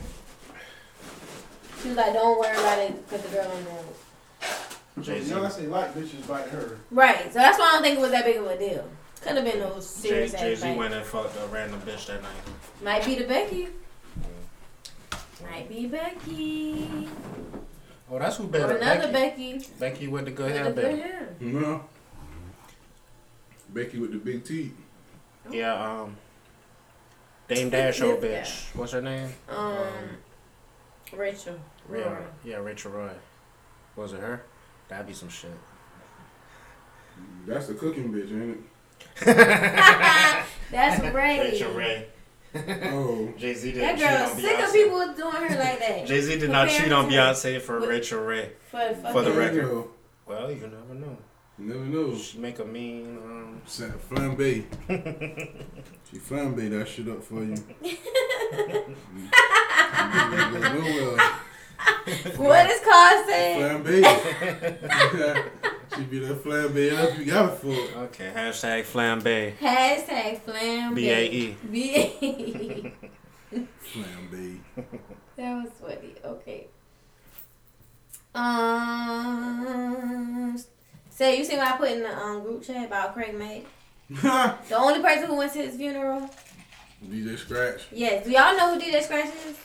She was like, "Don't worry about it," because the girl on the road.
Jay Z.
like bitches bite her.
Right. So that's why I don't think it was that big of a deal. Could have been no
Jay
serious ass
Z
fight.
went and fucked a random bitch that night.
Might be the Becky. Might be Becky.
Oh, that's who
Or
better.
another
Becky.
Becky.
Becky with the good hair,
With the good
Becky.
hair.
No. Becky with the big teeth.
Yeah. Um. Dame Dash, old
Yeah.
bitch. What's her name?
Um, Rachel.
Yeah, [LAUGHS]
Roy.
yeah, Rachel Roy. Was it her? That'd be some shit.
That's the cooking bitch, ain't it?
[LAUGHS] That's Ray.
Rachel Ray.
Oh.
Jay Z
That
didn't cheat
girl
on
sick of
Beyonce.
people doing her like that.
Jay Z did not cheat on
Comparing her
Beyonce for
What-
Rachel Ray.
For,
For the
fucking-
record.
Girl.
Well, you never know.
You never know.
She make a mean. Um,
Sa- Flambe. she flambe that shit
[LAUGHS]
up for you. You never go nowhere.
What is Carl saying?
Flambe. [LAUGHS] she be that flambe up you got it for.
okay. Hashtag flambe.
Hashtag flam.
B A E. [LAUGHS]
B-A-E.
[LAUGHS] Flambe.
E. that was sweaty. Okay. Um, say you see what I put in the um, group chat about Craig May? The only person who went to his funeral?
DJ Scratch.
Yes. Do y'all know who DJ Scratch is?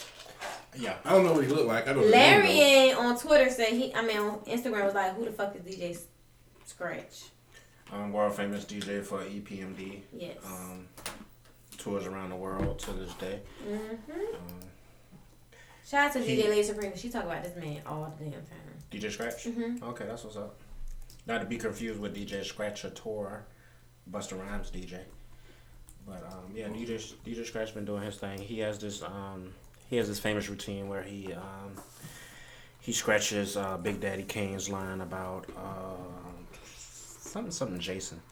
Yeah.
I don't know what he look like. I don't know.
Larian on Twitter said he, I mean, on Instagram was like, who the fuck is DJ Scratch?
Um, world famous DJ for E EPMD.
Yes.
Um, tours around the world to this day.
hmm
Um,
Shout out to
he-
DJ Lady Supreme. She talk about this man all the damn time.
DJ Scratch.
Mhm.
Okay, that's what's up. Not to be confused with DJ Scratch or Tour, Buster Rhymes DJ. But um, yeah, DJ s- DJ Scratch been doing his thing. He has this um, he has this famous routine where he um, he scratches uh, Big Daddy Kane's line about uh, something something Jason,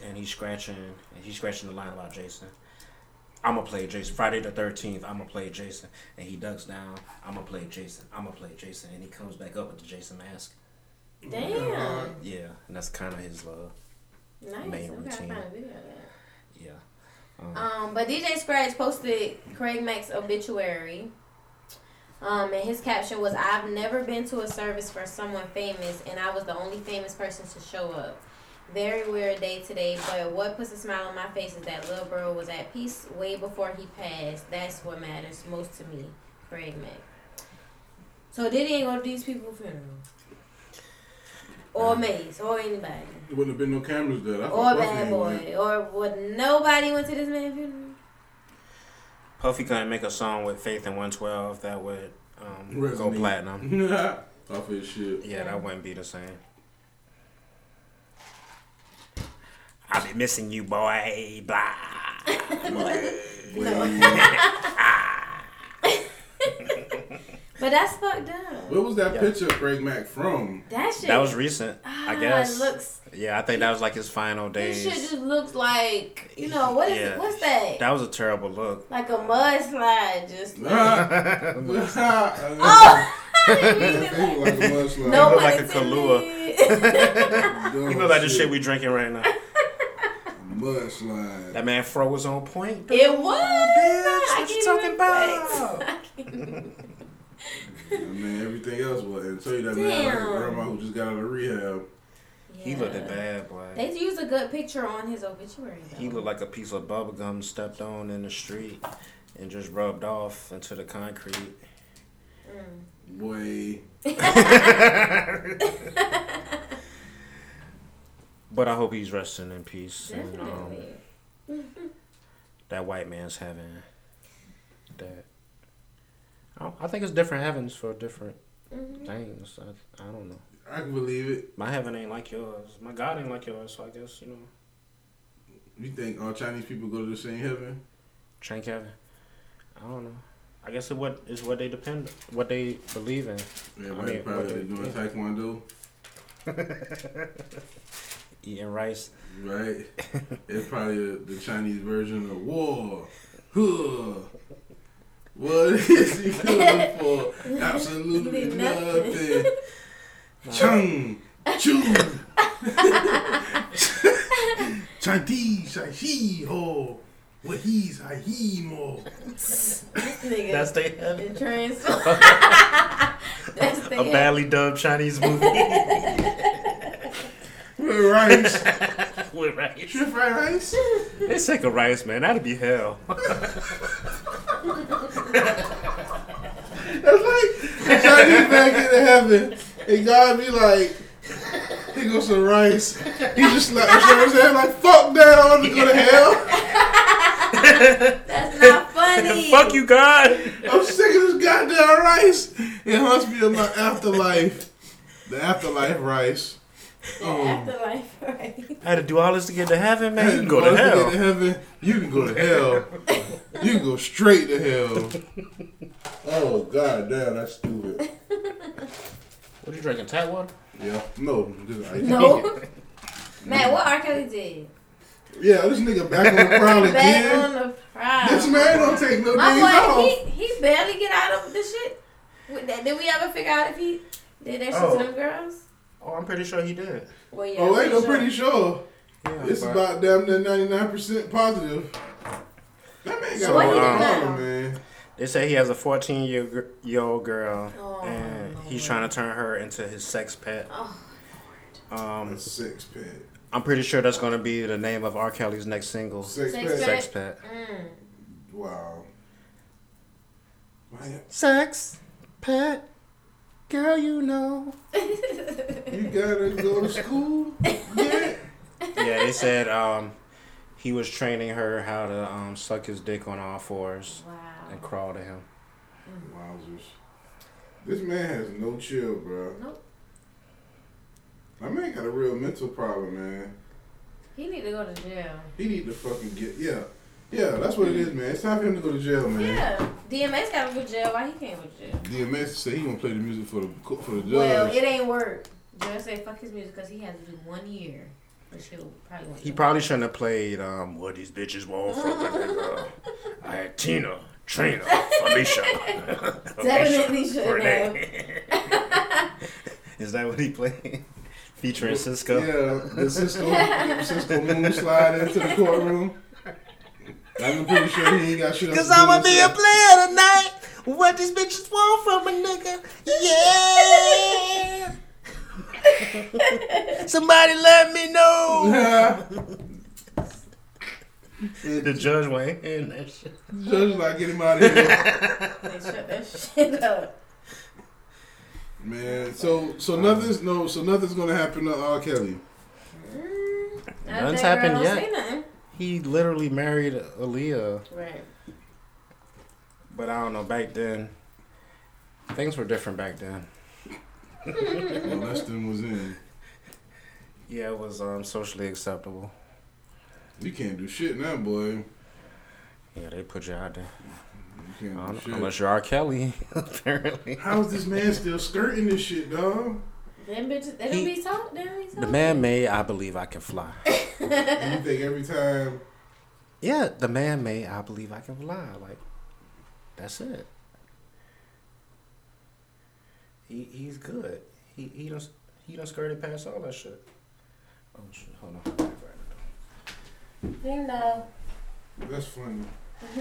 and he's scratching and he's scratching the line about Jason. I'ma play Jason. Friday the thirteenth, I'ma play Jason. And he ducks down, I'ma play Jason, I'ma play Jason, and he comes back up with the Jason mask. Oh
Damn.
Yeah, and that's kinda his uh
Nice.
Main
We gotta
routine.
find a video of that.
yeah.
Um, but DJ Scratch posted Craig Mack's obituary. Um, and his caption was, I've never been to a service for someone famous, and I was the only famous person to show up. Very weird day today, but what puts a smile on my face is that Lil Bro was at peace way before he passed. That's what matters most to me, Craig Mack. So Diddy ain't go to these people's funeral. Or Maze, or anybody.
There wouldn't have been no cameras there. That's
Or
what
Bad
Buffy went.
Boy. Or would nobody went to this man's funeral?
Puffy couldn't make a song with Faith and One Twelve that would um go
Resonate.
platinum.
[LAUGHS] Off his shit.
Yeah, that wouldn't be the same. I'll be missing you, boy. Blah.
But that's fucked up.
Where was that
Yeah.
picture of Craig Mack
[LAUGHS]
from? [LAUGHS]
That shit.
That was recent, I
Ah,
guess.
It looks.
yeah, I think that was like his final
This
days.
shit just looks like you know what is
Yeah.
what's that?
That was a terrible look.
Like a mudslide.
[LAUGHS]
Just.
oh!
Oh. I didn't mean
Like
to-
a mudslide.
Nobody [LAUGHS]
like a
said
Kahlua.
that.
Dumb
You know like the shit we drinking right now.
Mudslide.
That man Fro was on point.
[LAUGHS]
dude. [LAUGHS]
it was. I
what you
can't even
talking about?
flex. [LAUGHS] I can't-
I mean, everything else was. And tell you that man like a
Damn.
grandma who just got out of rehab.
He looked
Yeah.
at bad, boy.
They used a good picture on his obituary. Though.
He looked like a piece of bubble gum stepped on in the street and just rubbed off into the concrete.
Boy.
But I hope he's resting in peace. And, um,
Definitely.
that white man's heaven. That I, don't- I think it's different heavens for different things. I, I don't know.
I can believe it.
My heaven ain't like yours. My God ain't like yours. So I guess you know,
You think all Chinese people go to the same heaven?
change heaven. I don't know. I guess it what is what they depend, what they believe in.
Everybody
mean,
probably
what
been
they-
doing
yeah.
Taekwondo.
Eating rice. [LAUGHS]
Right? it's probably the Chinese version of war. Huh. What is
[LAUGHS]
he good for? Absolutely nothing. Chung, Chu, Chinese, I he ho. What he's I he mo.
Nigga.
That's they heaven.
The
[LAUGHS]
trans. [LAUGHS] That's the
A badly dubbed Chinese movie
With rice,
[LAUGHS] with rice.
shrimp fried rice.
They sick of rice, man. That'd be hell.
he back in heaven, and God be like, he goes some rice. He just like, you know what I'm saying? Like, fuck that, I want to go to hell.
That's not funny.
[LAUGHS] Fuck you, God.
I'm sick of this goddamn rice. It haunts me in my afterlife. The afterlife rice.
The afterlife, [LAUGHS] right?
I had to do all this to get to heaven, man. You can go
Once
to
you
hell.
Get to heaven, you can go to hell. you can go straight to hell. Oh god damn, that's stupid.
What are you drinking? Tap water?
Yeah, no, just ice.
No. [LAUGHS] Man, what R. Kelly did?
Yeah, this nigga back on the crown
Back
again.
on the prowl.
This man don't take no days
My
off.
boy, he, he barely get out of the shit. With that- Did we ever figure out if he did that shit
Oh.
to them girls?
Oh, I'm pretty sure he did.
Well, yeah.
oh,
I'm
ain't no pretty sure.
Yeah,
It's
but-
about damn near ninety nine percent positive. That man got
So um, what
a
he did now?
problem, man.
They say he has a 14 year gr- year old girl,
Oh,
and he's trying to turn her into his sex pet.
Oh,
Um,
Six pet.
I'm pretty sure that's gonna be the name of R. Kelly's next single. Sex,
Six,
Six
pet.
pack.
pet.
Mm.
Wow. Man,
Sex pet. Girl, you know.
you gotta go to school. Yeah.
Yeah, they said um, he was training her how to um, suck his dick on all fours
Wow.
and crawl to him.
Wowzers. This man has no chill, bro.
Nope.
That man got a real mental problem, man.
He need to go to jail.
He need to fucking get yeah. Yeah, that's what it is, man. It's time for him to go to jail, man.
Yeah. DMX got to go to jail. Why he can't go to jail?
DMX said he gonna play the music for the for the judge.
Well, it ain't work. Jail say fuck his music because he has to do one year. Which he'll probably won't
He
do.
probably shouldn't have played um, what these bitches want from a nigga. I had Tina, Trina, [LAUGHS] Felicia.
[LAUGHS]
Definitely
Felicia,
shouldn't
Renee. [LAUGHS] Is that what he played? Featuring Cisco.
Yeah, the Cisco, Cisco moon slide into the courtroom. I'm pretty sure he ain't got shit. Cause I'ma be a player.
What these bitches want from a nigga? Yeah. Somebody let me know. The judge went in that shit.
[LAUGHS] Judge like get him out of here,
They shut that [LAUGHS] shit up.
man. So so nothing's no so nothing's gonna happen to R. Kelly.
Not
Nothing's
that girl
happened
don't
yet.
say nothing.
He literally married Aaliyah.
Right.
But I don't know, back then, things were different back then.
Well, Leston was in.
Yeah, it was um, socially acceptable.
You can't do shit now, boy. You
Yeah, they put you out there.
can't
I
do
don't-
shit.
Unless you're R. Kelly, [LAUGHS] apparently.
How is this man still skirting this shit, dog?
Them bitches, they don't
He-
be talk. They don't be
The
talk.
man made I Believe I Can Fly.
And you think every time
Yeah, the man made I Believe I Can Fly. Like, that's it. He, he's good. He he done, he done skirted past all that shit. Oh, shit. Hold on.
Ding dong.
that's funny.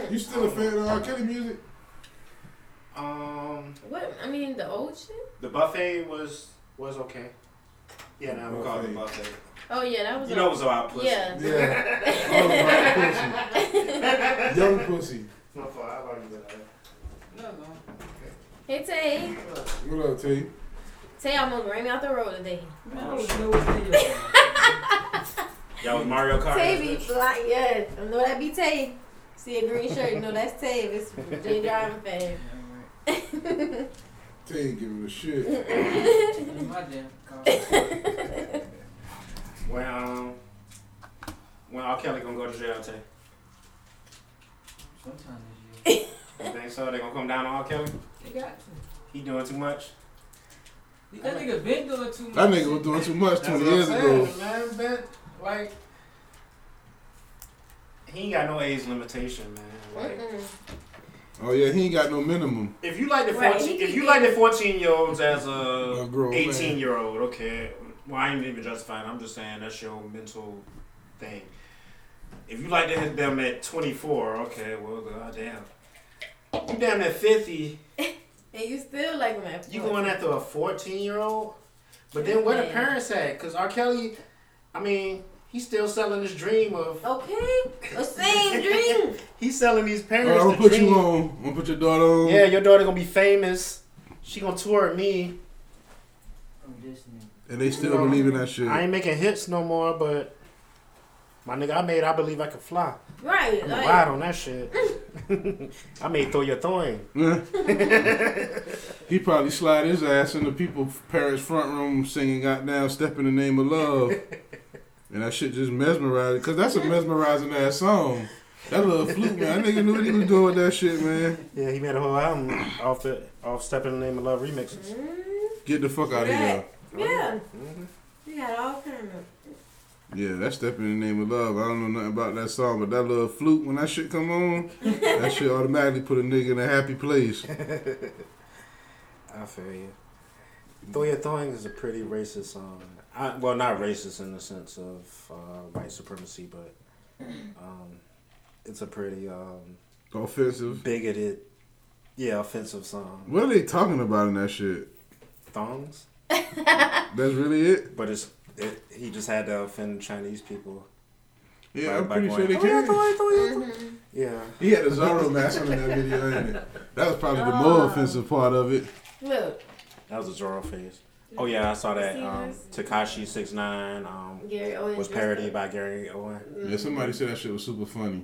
You still a fan of R. Kelly music?
Um,
What? I mean, the old shit?
the buffet was was okay. Yeah, now
we call it the
buffet.
Oh, yeah, that was.
You
a-
know it was about pussy.
Yeah.
Yeah. Oh, right, pussy. Young pussy.
No, fuck, I like that.
Hey, Tay.
What up, T?
Tay almost ran me out the road today.
Y'all was Mario Kart.
Tay be like, yeah. I know that be Tay. See a green shirt. No, that's Tay. It's Jay Driving fan.
T ain't giving a shit.
When um, when R. Kelly gonna go to jail today? You think so? They gonna come down on R. Kelly? He doing too much.
That nigga been doing too much.
That nigga was doing too much 20 years ago.
man. But like, he ain't got no age limitation, man. Like,
Mm-mm.
Oh, yeah, he ain't got no minimum.
if you like the
Right,
fourteen,
he
if you
can
like
get-
the fourteen year olds as a
A grown man.
eighteen year old, okay. Well, I ain't even justifying. I'm just saying that's your mental thing. If you like to hit them at twenty four, okay. Well, goddamn. You damn at fifty.
And you still like him at
You
four.
going after a fourteen year old? But then where the
Yeah.
parents at? Cause R. Kelly, I mean, he's still selling this dream of.
Okay. The same dream.
He's selling these
All
parents.
right, I'm
the
gonna put
dream.
you on. I'm gonna put your daughter on.
Yeah, your daughter gonna be famous. She gonna tour at me.
And they still
No.
believe in that shit.
I ain't making hits no more, but my nigga, I made I believe I could fly.
Right.
I'm
like-
gonna ride on that shit. [LAUGHS] I made throw your thing.
[LAUGHS] he probably slide his ass into people parents' front room singing "Goddamn Step in the Name of Love," and that shit just mesmerized. Cause that's a mesmerizing ass song. That little flute, man. That nigga knew what he was doing with that shit, man.
Yeah, he made a whole album off the off "Step in the Name of Love"
Mm-hmm.
remixes.
Get the fuck out of here.
Yeah.
Mm-hmm.
You got all kind of.
Yeah, that step in the name of love. I don't know nothing about that song, but that little flute when that shit come
[LAUGHS]
on, that shit automatically put a nigga in a happy place.
I feel you. Throw your thing is a pretty racist song. I, well, not racist in the sense of uh, white supremacy, but um, it's a pretty um,
Offensive.
bigoted, yeah, offensive song.
What are they talking about in that shit?
Thongs,
That's really it.
but it's it, he just had to offend Chinese people.
Yeah,
By-
I'm
by
pretty sure
going, Oh,
they
"Throw your
can.
thong, throw your thong."
Mm-hmm.
Yeah,
He had a Zorro mask on in that video, ain't it? That was probably the
Oh.
more offensive part of it.
Look,
that was a Zorro phase. Oh yeah, I saw that um, Takashi Six Nine um,
Gary Owen
was parodied by Gary Owen.
Yeah, somebody said that shit was super funny.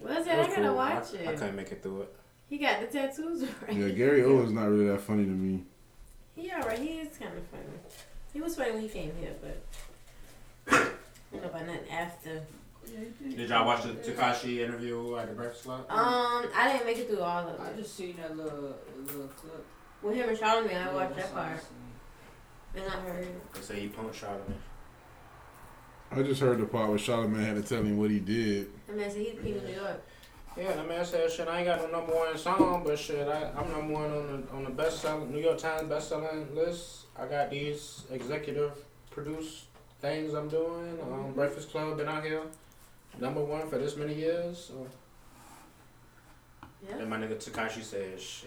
Was it?
It
I
was
gotta
cool.
watch
I
it.
couldn't make it through it.
He got the tattoos [LAUGHS] right.
Yeah, Gary Owen's not really that funny to me.
He alright. He is kind of funny. He was funny when he came here, but [COUGHS] I don't know about nothing after.
Did y'all watch the Takashi interview at the Breakfast Club?
Um, I didn't make it through all of
I
it.
just seen that little little clip.
With him and Charlamagne, I
Yeah,
watched
that's
that
all I
part,
seen.
and I heard.
They say he punched Charlamagne.
I just heard the part where Charlamagne had to tell him what he did.
I mean, so he's King of New York.
Yeah, the man said, "Shit, I ain't got no number one song, but shit, I, I'm number one on the on the best selling New York Times best selling list. I got these executive produced things I'm doing.
Mm-hmm.
Um, Breakfast Club been out here, number one for this many years. So.
Yeah.
And my nigga Takashi said, "Shit,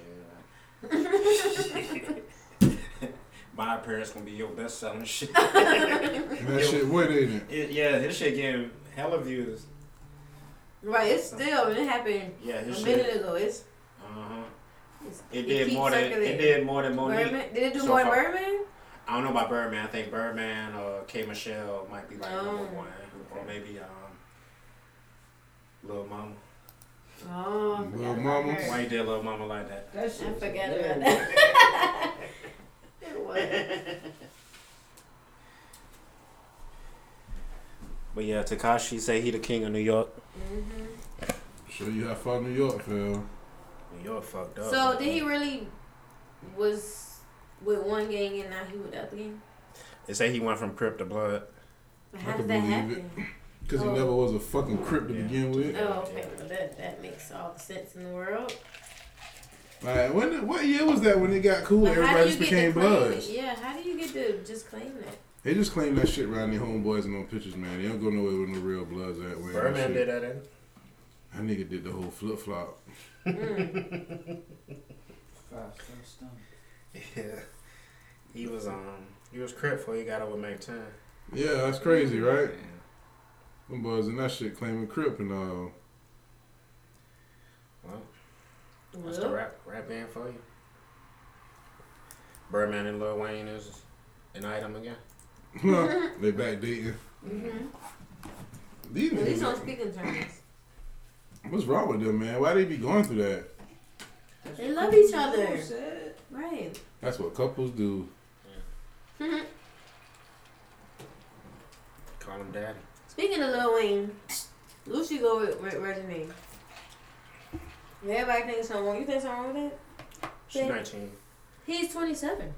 my appearance gonna be your best
[LAUGHS]
selling shit."
And that shit went, ain't it?
It- yeah, his shit getting hella views.
[LAUGHS] Right. It's still. It happened
Yeah,
a
his shit.
minute ago. It's.
Uh-huh.
it's
It did
keeps
more than it
circulating.
did more than Monique.
Birdman? Did it do
so
more than
far.
Birdman?
I don't know about Birdman. I think Birdman or K Michelle might be like number
Oh.
one, or maybe um, Lil Mama.
Oh, I forgot
Lil
about
Mama.
her.
Why you did Lil Mama like that?
That shit.
I
was
forgot about
hilarious.
that. it
[LAUGHS]
was.
But yeah, Takashi say he the king of New York.
Show you how far New York fell.
New York fucked up.
So did he really was with one gang and now he with the other gang?
They say he went from Crip to Blood.
How
I
does
can
that
believe it.
happen?
Because he
Oh.
never was a fucking crip to
Yeah.
begin with.
Oh, okay. Well, that that makes all the sense in the world.
Like, when, what year was that when it got cool?
But how do
Everybody
you
just
get to
became
claim
bloods.
it? Yeah. How do you get to just claim that?
They just claim that shit around their homeboys and on pictures, man. They don't go nowhere with no real bloods that way.
Birdman did that in.
That nigga did the whole flip flop.
Five first stone.
[LAUGHS] Yeah. He was um he was Crip before he got over Mac Ten.
Yeah, that's crazy, right? Them boys and that shit claiming Crip and all. [LAUGHS]
Well, that's the
Well,
rap rap band for you. Birdman and Lil Wayne is an item again.
they back dating.
Mm-hmm.
These
at least
niggas,
on speaking terms.
what's wrong with them, man? Why they be going through that?
[LAUGHS] They love each
Who
other,
said?
[LAUGHS]
right?
That's what couples do.
Call him daddy.
Speaking of Lil Wayne, Lucy go with with resume. Everybody thinks something wrong. You think something wrong with that?
She's
Yeah.
19.
He's twenty seven.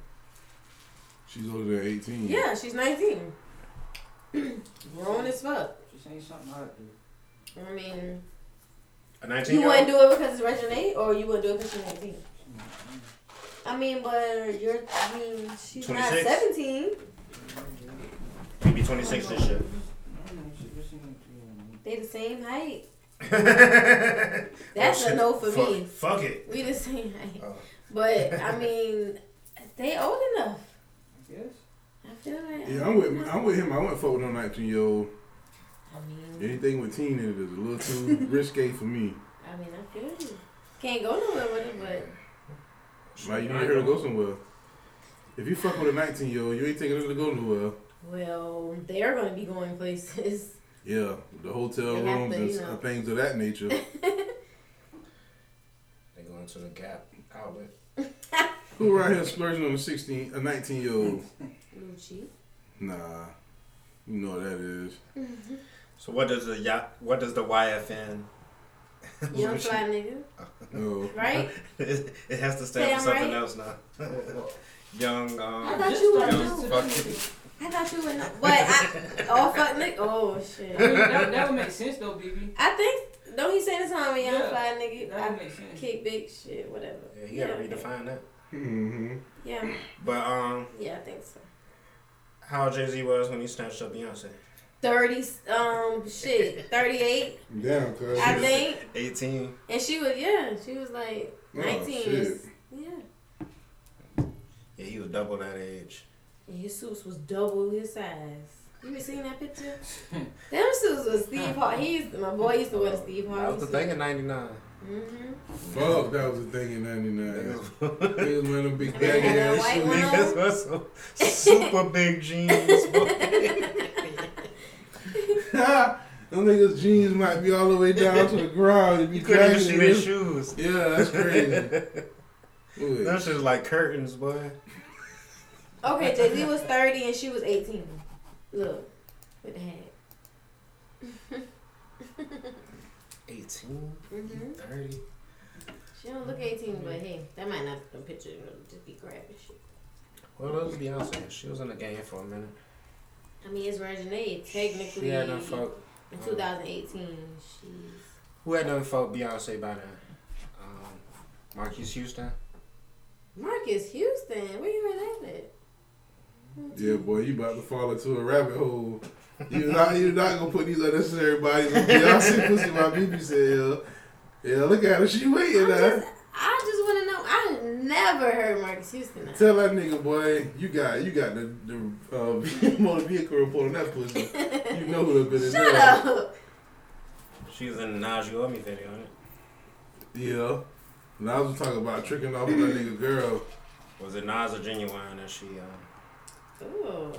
She's older than 18.
Yeah, she's 19. [CLEARS THROAT] Grown as fuck.
Just ain't something I do.
I mean,
A
you
19 year
wouldn't
old?
do it because it's Regina 8, or you wouldn't do it because she's 19. I mean, but you're, I mean, she's not
26.
17.
He'd be 26 this year.
I don't know, she just ain't doing
They the same height.
That's
[LAUGHS] That's a no for me.
Oh, Fuck it.
We the same height.
Oh.
But, I mean, they old enough.
it, I guess.
I feel like.
Yeah, I'm with I'm with him. I wouldn't fuck with no 19 year old.
I mean,
Anything with teen in it is a little
[LAUGHS]
too risque for me.
I mean, I feel you. Can't go nowhere with it, but
Like, you need her to go somewhere. If you fuck with a 19 year old, you ain't taking her to go nowhere.
Well, they are going to be going places. [LAUGHS]
Yeah, the hotel
They have
rooms
to,
and
you
s- uh,
know.
things of that nature.
They go into the Gap outlet.
Who right here splurging on a 16, a 19 year old?
Lucci.
Nah, you know what that is.
So what does the ya- what does the YFN?
Young
[LAUGHS]
fly nigga.
No.
Right?
it has to
Say
stand
I'm
for something
right?
else now. [LAUGHS] Young,
I
um,
thought you were
young
new.
fucking.
I thought you were new. But I. Oh, fuck nigga. Oh, shit.
that, that would make sense though, BB.
I think. Don't he say this time a young
Yeah.
fly nigga?
That
I
would make sense.
kick big shit, whatever.
Yeah, you gotta redefine that.
Mm-hmm.
Yeah,
But um,
yeah, I think so.
how Jay Z was when he snatched up Beyonce?
30, um, shit, 38,
Damn, cuz.
I think.
Eighteen.
And she was, yeah, she was like
Oh,
19.
shit.
yeah.
Yeah, he was double that age.
And his suits was double his size. You ever seen that picture? Them suits was Steve Harvey. He used to- my boy used to wear the Steve
That
Harvey
was the
suit.
thing in '99.
Mm-hmm.
Fuck, that was a thing in 99.
[LAUGHS] Niggas
Niggas wearing them big
And they
baggy
had a
ass
white
shoes.
one on.
wore some super big jeans.
[LAUGHS]
Ha! [LAUGHS] Them niggas' jeans might be all the way down to the ground. and be
you couldn't even
dragging
see
it.
their shoes.
Yeah, that's crazy.
Them
Ooh, yeah.
shit's like curtains, boy.
Okay, Jay Z was 30 and she was 18. Look, with the hat.
18,
Mm-hmm.
30.
She don't look 18, but hey, that might not be the picture. It'll just be crap and shit.
Well, that was Beyonce. She was in the game for a minute.
I mean, it's Reginae. Technically,
She had done fuck. uh,
in 2018, she's.
Who had done fuck Beyonce by then? Um, Marquise Houston.
Marcus Houston. Where you heard that at?
Yeah, boy, you about to fall into a rabbit hole. You're [LAUGHS] not, you're not gonna put these unnecessary bodies on
[LAUGHS]
Beyonce pussy. My BB said, yeah, yeah, look at her, she waiting
I'm
now.
just, I just want to know. I never heard Marcus Houston.
Tell that nigga, boy, you got, you got the, the uh, [LAUGHS] motor vehicle report on that pussy. You know who the been in
Shut
there.
up.
She was in the Najee Omi video, ain't it?
Yeah. And I was talking about tricking off that nigga girl.
Was it Nas or Genuine that she, um,
Ooh.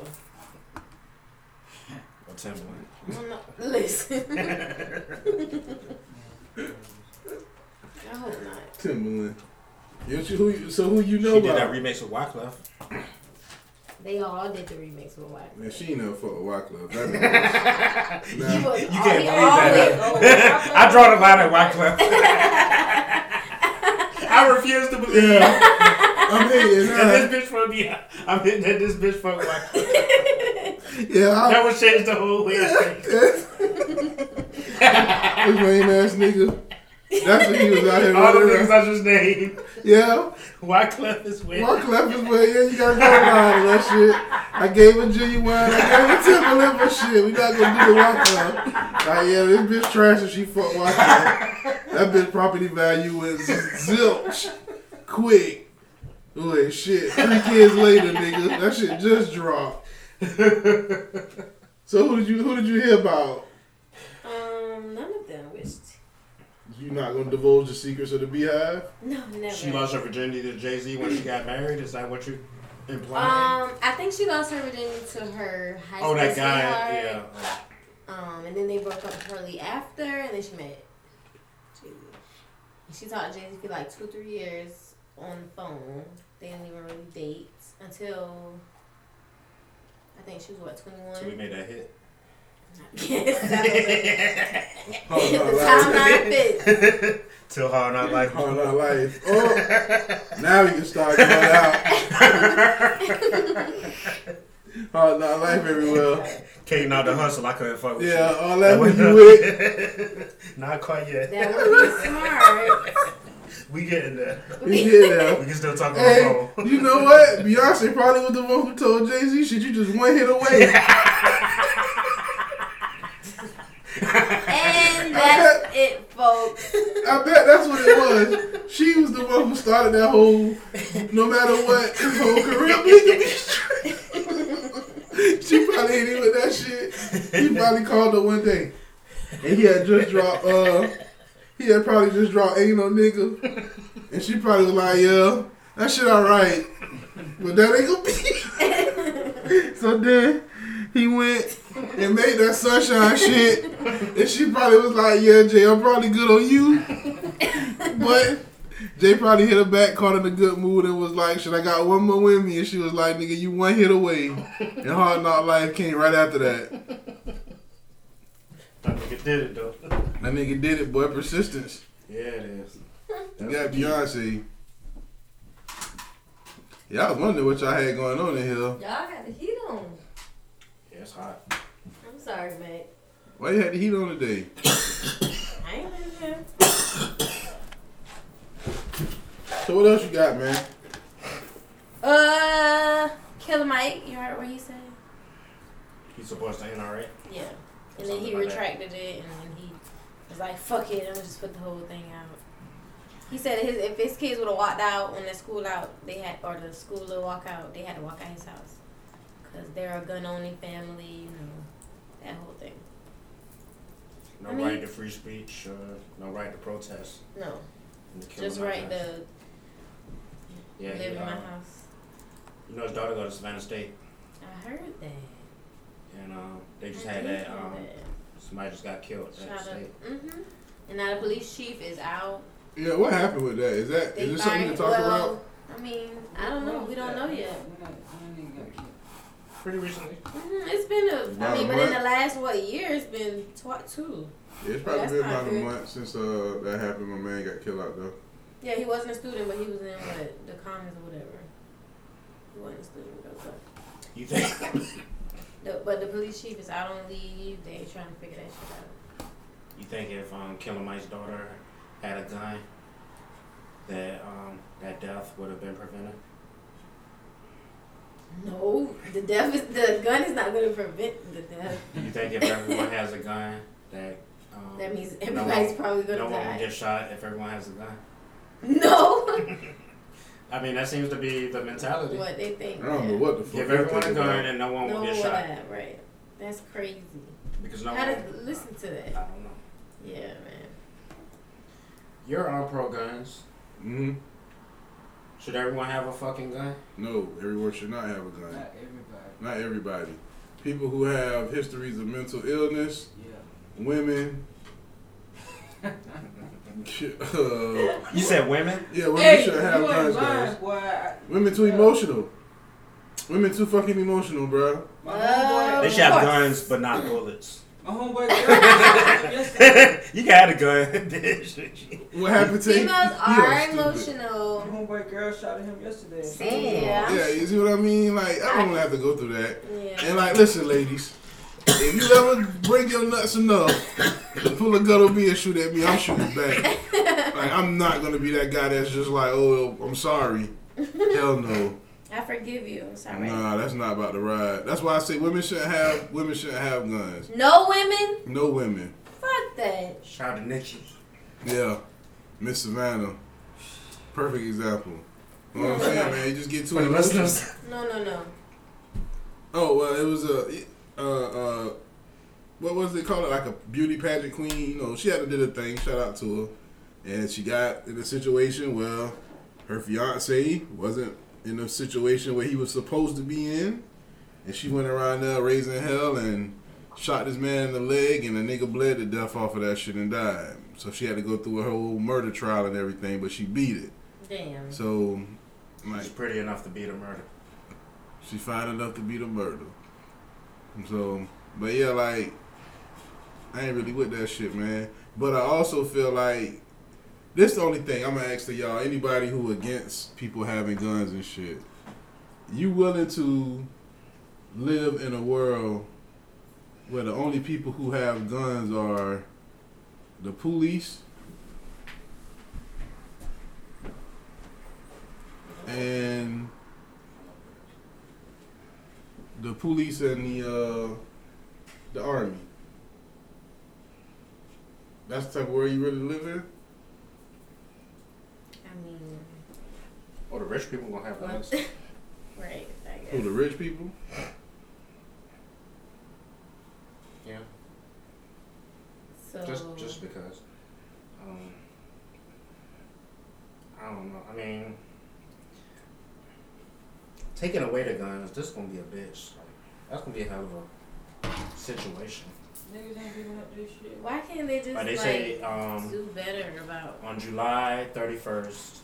or Timbaland?
I don't know.
[LAUGHS]
Listen. I hope not.
Timberland. You know, who, you- so who you know
She did that
about?
remix with
[LAUGHS]
Wyclef.
They all did the remix with Wax.
Man, she ain't never fucked
[LAUGHS]
with Wyclef. That nigga
He
Nah.
was,
You
you
can't
he
believe
always,
Oh,
that. [LAUGHS] I draw the line at
[LAUGHS]
Wyclef. I refuse to believe
Yeah. I'm
[LAUGHS]
hating
that
her.
this bitch for me. I'm hitting that this bitch for Wyclef.
Yeah,
That would change the whole way. I think.
I'm this lame ass nigga. That's what he was out here
All the
running
niggas
around.
I just named,
Yeah.
[LAUGHS] Wyclef is with.
Wyclef is where, yeah, you gotta go around with that shit. I gave her genuine, I gave her Timberland, but shit, we not gonna do the Wyclef. Like, yeah, this bitch trash if she fuck Wyclef. That bitch property value is zilch. Quick. Wait, shit. Three kids later, nigga. That shit just dropped. [LAUGHS] So who did you who did you hear about?
um, none of them wished.
You not gonna divulge the secrets of the beehive?
No, never.
She lost her virginity to Jay Z when she got married. Is that what you implying?
Um, I think she lost her virginity to her high school
oh, that guy.
sweetheart.
Yeah.
Um, and then they broke up shortly after, and then she met Jay Z. And she talked to Jay Z for like two, three years on the phone. They didn't even really date until I think she was what twenty
So we
one.
made that
[LAUGHS]
hit.
the [LAUGHS]
Hard not life.
timeline
[LAUGHS]
fits.
Till hard not like.
Hard not life. Oh, now we can start going out. [LAUGHS] Hard not life everywhere.
Came out the hustle. I couldn't fuck with
Yeah, all
you.
that when you with.
Not quite yet.
That would be smart.
We getting there.
You hear that?
[LAUGHS] We can still talk on
Hey,
the phone.
you know what? Beyonce probably was the one who told Jay Z, "Shit, you just one hit away."
And that's it, folks.
I bet that's what it was. She was the one who started that whole, no matter what, his whole career. Nigga, be straight. [LAUGHS] she probably hit him with that shit. He probably called her one day, and he had just dropped. uh He had probably just dropped "Ain't No Nigga," and she probably was like, "Yeah." That shit all right, but that ain't gonna be. so then he went and made that sunshine shit, and she probably was like, "Yeah, Jay, I'm probably good on you," but. Jay probably hit her back, caught her in a good mood, and was like, "Shit, I got one more with me?" And she was like, "Nigga, you one hit away." And Hard Knock Life came right after that.
That nigga did it though.
That nigga did it, boy. Persistence.
Yeah, it is.
You got Beyonce. Yeah, I was wondering what y'all had going on in here.
got the heat on.
Yeah, it's hot.
I'm sorry, mate.
Why you had the heat on today?
I ain't in here.
So what else you got, man?
Uh, Killer Mike. You heard what he said?
He's supposed to ain't alright.
Yeah. And then he
Something like that.
retracted it, and then he was like, "Fuck it, I'm gonna just put the whole thing out." He said his, if his kids would have walked out when the school out, they had or the school would walk out, they had to walk out his house because they're a gun only family, you know, that whole thing.
No
I mean-
right to free speech. Uh, no right to protest.
No,
And kill
just
my
right
guys.
the
Yeah,
live
he,
in
uh,
my house.
you know his daughter go to Savannah State,
I heard that.
and um, they just
I
had
did
that.
hear
Um,
that.
somebody just got killed. At
Shout
state.
out. Mm-hmm. And now the police chief is out.
Yeah, what happened with that? Is that
They
is this something
fired-
you can talk
well,
about?
I mean, I don't know. We don't know yet.
Pretty recently.
Mhm, It's been a. I
About
mean,
a
but in
month.
the last what year, it's been twi- two.
Yeah, it's probably
That's
been
not
about a
good.
month since uh that happened. My man got killed out though.
Yeah, he wasn't a student, but he was in what the commons or whatever. He wasn't a student, though, but
You think? [LAUGHS]
the, but the police chief is out on leave. They trying to figure that shit out.
You think if um, Killer Mike's daughter had a gun, that um, that death would have been prevented?
No, the death is the gun is not going to prevent the death.
You think if everyone has a gun, that um,
That means
no
everybody's
one,
probably going to
no one will
die.
get shot if everyone has a gun?
[LAUGHS] no,
I mean, that seems to be the mentality.
what they think?
I don't know what the fuck.
Give
they
everyone a
thinking
gun
about.
and no one
No
will
one
get
will
shot
die, right? That's crazy.
because no
How
one.
to listen to
I
that?
don't know.
Yeah, man.
You're on pro guns.
Mhm.
Should everyone have a fucking gun?
No, everyone should not have a gun. Not everybody. People who have histories of mental illness, women. [LAUGHS] uh,
You said women.
yeah, women
Hey, you
should have
ain't
guns.
lying,
guys.
boy. I-
Women too emotional. Women too fucking emotional, bro.
My
Uh,
homeboy,
They should have guns, but not bullets.
my homeboy, yesterday,
[LAUGHS] you got a gun, [LAUGHS] bitch.
What happened to
Females
You
are
stupid.
my
emotional.
homeboy girl shot at him yesterday.
Yeah.
Yeah, you see what I mean? Like, I don't want to have to go through that.
Yeah.
And like, listen, ladies, if you ever break your nuts enough, pull a gun on me and shoot at me, I'm shooting back. Like, I'm not gonna be that guy that's just like, oh, I'm sorry. Hell no.
I forgive you. I'm sorry.
Nah, that's not about to ride. That's why I say women shouldn't have women shouldn't have guns.
No women?
No women.
Fuck that.
Shout to Nikki.
Yeah, Miss Savannah, perfect example. You know what I'm saying, man? You just get too
For the
emotional.
listeners,
No, no, no.
Oh well, it was a uh, uh, what was it called? Like a beauty pageant queen. You know, she had to do the thing. Shout out to her, and she got in a situation where her fiance wasn't in a situation where he was supposed to be in, and she went around there raising hell and shot this man in the leg, and the nigga bled to death off of that shit and died. So she had to go through a whole murder trial and everything, but she beat it.
Damn.
So, like,
she's pretty enough to beat a murder.
she fine enough to be the murder. So, but yeah, like I ain't really with that shit, man. But I also feel like this the only thing I'm gonna ask to y'all. Anybody who against people having guns and shit, you willing to live in a world where the only people who have guns are the police and the police and the uh, the army. That's the type of world you really live in.
I mean,
Oh, the rich people gonna have guns.
[LAUGHS] right. I
Who
guess.
the rich people?
Yeah,
So,
just just because. Um, I don't know. I mean, taking away the guns, this gonna be a bitch. Like, that's gonna be a hell of a situation.
Niggas ain't giving up this shit.
Why can't they just
Like they
like
say, um,
do better about? [LAUGHS]
on July 31st,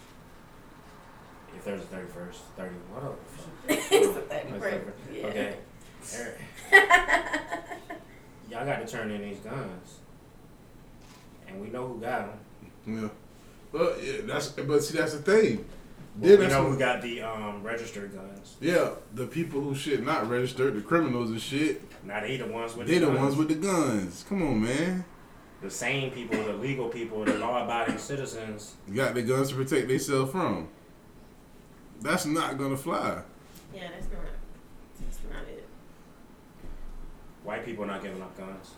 if there's a 31st, 30, what up?
It's the 31st, yeah. [LAUGHS]
Okay. Eric, y'all got to turn in these guns. And we know who got them.
Yeah. But yeah, that's but see that's the thing.
Well,
Then
we
that's
know
what-
who got the um, registered guns.
Yeah, the people who shit not registered, the criminals and shit,
Not they the ones with
they
the,
the
guns.
ones with the guns. Come on, man.
the same people, the legal people, the law-abiding citizens.
Got the guns to protect themselves from. That's not gonna fly.
Yeah, that's not. That's not it.
White people not giving up guns.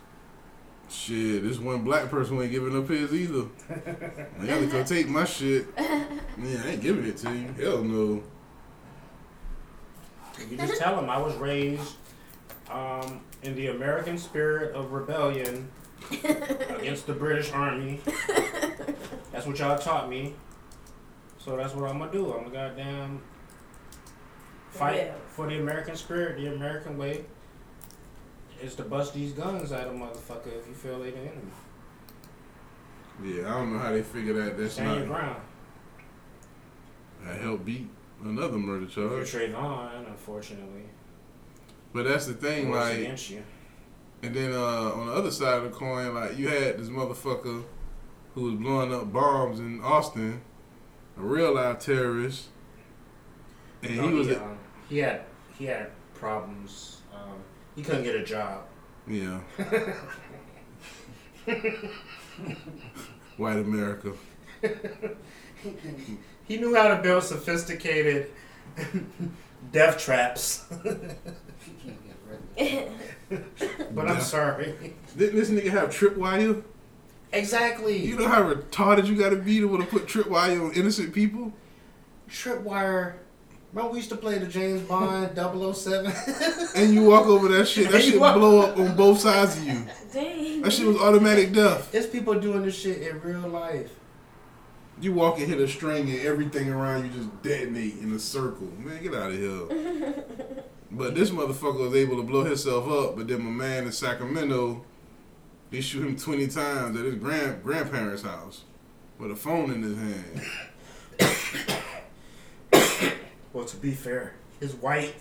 Shit, this one black person ain't giving up his either. I gotta go take my shit. Man, I ain't giving it to you. Hell no.
You just tell them I was raised um, in the American spirit of rebellion against the British Army. That's what y'all taught me. So that's what I'm gonna do. I'm gonna goddamn fight
Yeah.
for the American spirit, the American way. Is to bust these guns out of motherfucker if you feel they the enemy.
Yeah, I don't know how they figure that. That's
Stand your
not.
ground.
I helped beat another murder
You're
charge.
Trayvon, unfortunately.
But that's the thing,
works
like.
against you.
And then uh, on the other side of the coin, like you had this motherfucker who was blowing up bombs in Austin, a real live terrorist, and
No,
he was
um, he had he had problems. Um, he couldn't get a job.
yeah, white America.
He knew how to build sophisticated [LAUGHS] death traps. [LAUGHS] but
Yeah.
I'm sorry.
Didn't this nigga have tripwire?
Exactly.
You know how retarded you gotta be to want to put tripwire on innocent people?
Tripwire. Remember we used to play the James Bond 007?
And you walk over that shit, that
And you
shit
walk-
blow up on both sides of you.
Dang.
That shit was automatic
[LAUGHS]
death.
There's people doing this shit in real life.
You walk and hit a string and everything around you just detonate in a circle. Man, get out of here.
[LAUGHS]
but this motherfucker was able to blow himself up, but then my man in Sacramento, they shoot him 20 times at his grand grandparents' house with a phone in his hand.
Well, to be fair, his white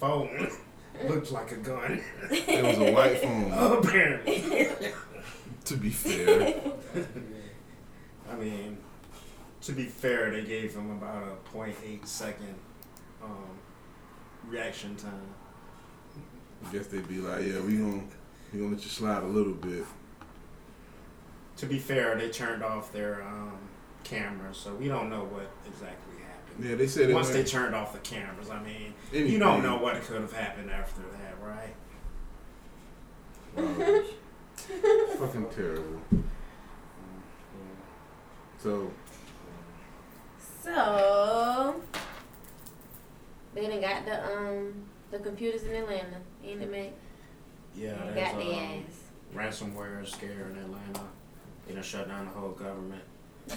phone [LAUGHS] looked like a gun. [LAUGHS]
It was a white phone,
Apparently.
to be fair.
I mean, to be fair, they gave him about a 0.8 second um, reaction time.
I guess they'd be like, yeah, we gonna, we gonna let you slide a little bit.
To be fair, they turned off their um, cameras, so we don't know what exactly happened.
Yeah, they said it
Once they
went-
turned off the cameras, I mean, you
Anything.
don't know what could have happened after that, right?
[LAUGHS] Fucking terrible. So,
So they done got the um the computers in Atlanta, ain't it, man?
Yeah,
got
there's
the
um,
ass.
ransomware scare in Atlanta. They done shut down the
[LAUGHS]
whole government.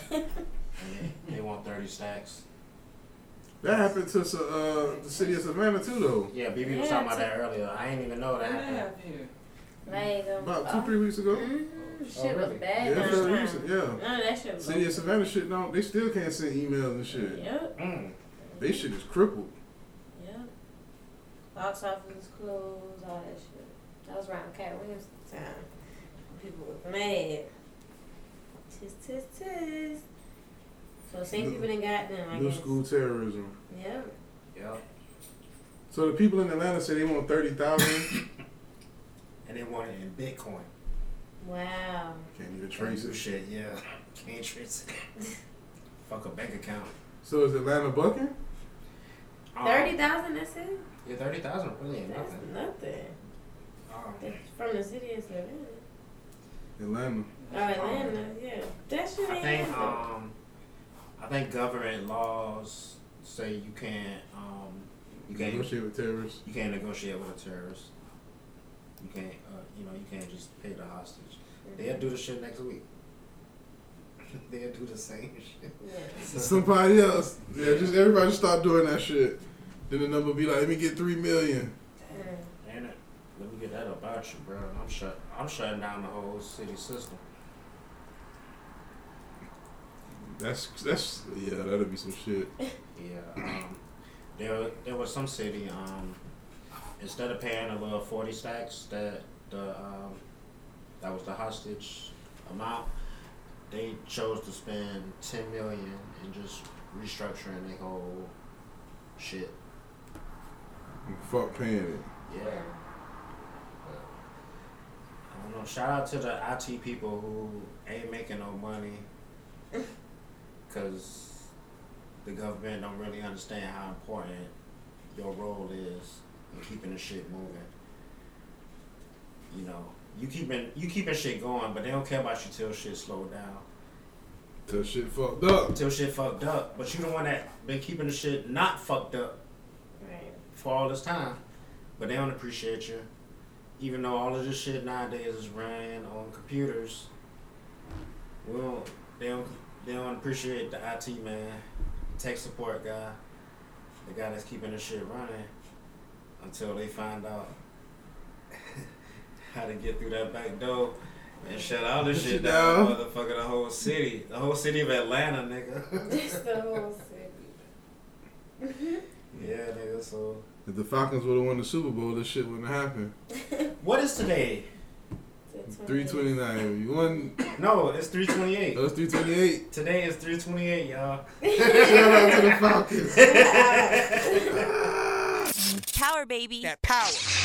and they, they want 30 stacks.
that happened to uh, the city of Savannah too, though.
Yeah, BB was
Yeah,
talking about that earlier. I didn't even know that
What
happened.
happened here?
Like um,
About
oh,
two, three weeks ago.
mm, shit
really?
was bad.
Yeah,
Yeah,
for the reason, yeah.
None of that shit was.
City of Savannah shit don't. They still can't send emails and shit.
Yep,
Mm.
They shit is crippled.
yep. Box office was closed, all that shit. That was around Cat Williams time. People was mad. Tis tis tis. So same people done got them. I
New
guess.
school terrorism.
Yep.
Yep.
So the people in Atlanta say they want thirty thousand.
And they want it in Bitcoin.
Wow.
can't even
Can't
trace
do
it.
shit, yeah. Can't trace it. [LAUGHS] Fuck a bank account.
So is Atlanta bucking?
Um,
Thirty thousand. That's it.
Yeah, thirty thousand really ain't
That's
nothing.
nothing.
Um,
That's from the city of Savannah.
Atlanta.
Or Atlanta, yeah. That shit
I
ain't
think
nothing.
um, I think government laws say you can't um, you can't
Negotiate with terrorists.
you can't negotiate with a terrorist. You can't uh, you know you can't just pay the hostage.
uh,
They'll do the shit next week. [LAUGHS] They'll do the same shit.
Yeah.
Somebody else. Yeah, just everybody stop doing that shit. Then the number be like, let me get three million.
Damn it. Let me get that about you, bro. I'm shut. I'm shutting down the whole city system.
That's that's yeah, that'll be some shit.
Yeah. Um, there, there was some city. Um, instead of paying the little forty stacks that the um, that was the hostage amount, they chose to spend ten million and just restructuring their whole shit.
Fuck paying it.
Yeah. But, I don't know. Shout out to the IT people who ain't making no money because the government don't really understand how important your role is in keeping the shit moving. You know, you keeping you keeping shit going, but they don't care about you till shit slowed down,
Till shit fucked up.
till shit fucked up. But you the one that been keeping the shit not fucked up
[LAUGHS]
for all this time, but they don't appreciate you. Even though all of this shit nowadays is ran on computers, we don't, they don't they don't appreciate the IT man, tech support guy, the guy that's keeping the shit running, until they find out [LAUGHS] how to get through that back door and shut all this shit down, motherfucker. The whole city, the whole city of Atlanta,
[LAUGHS]
nigga.
It's the whole city.
yeah, nigga. So
If the Falcons would have won the Super Bowl, this shit wouldn't happen.
what is today?
Three twenty nine. You won.
No, it's three twenty eight.
That was three twenty eight.
Today is 328, y'all.
Shout out to the Falcons.
Power baby.
That power.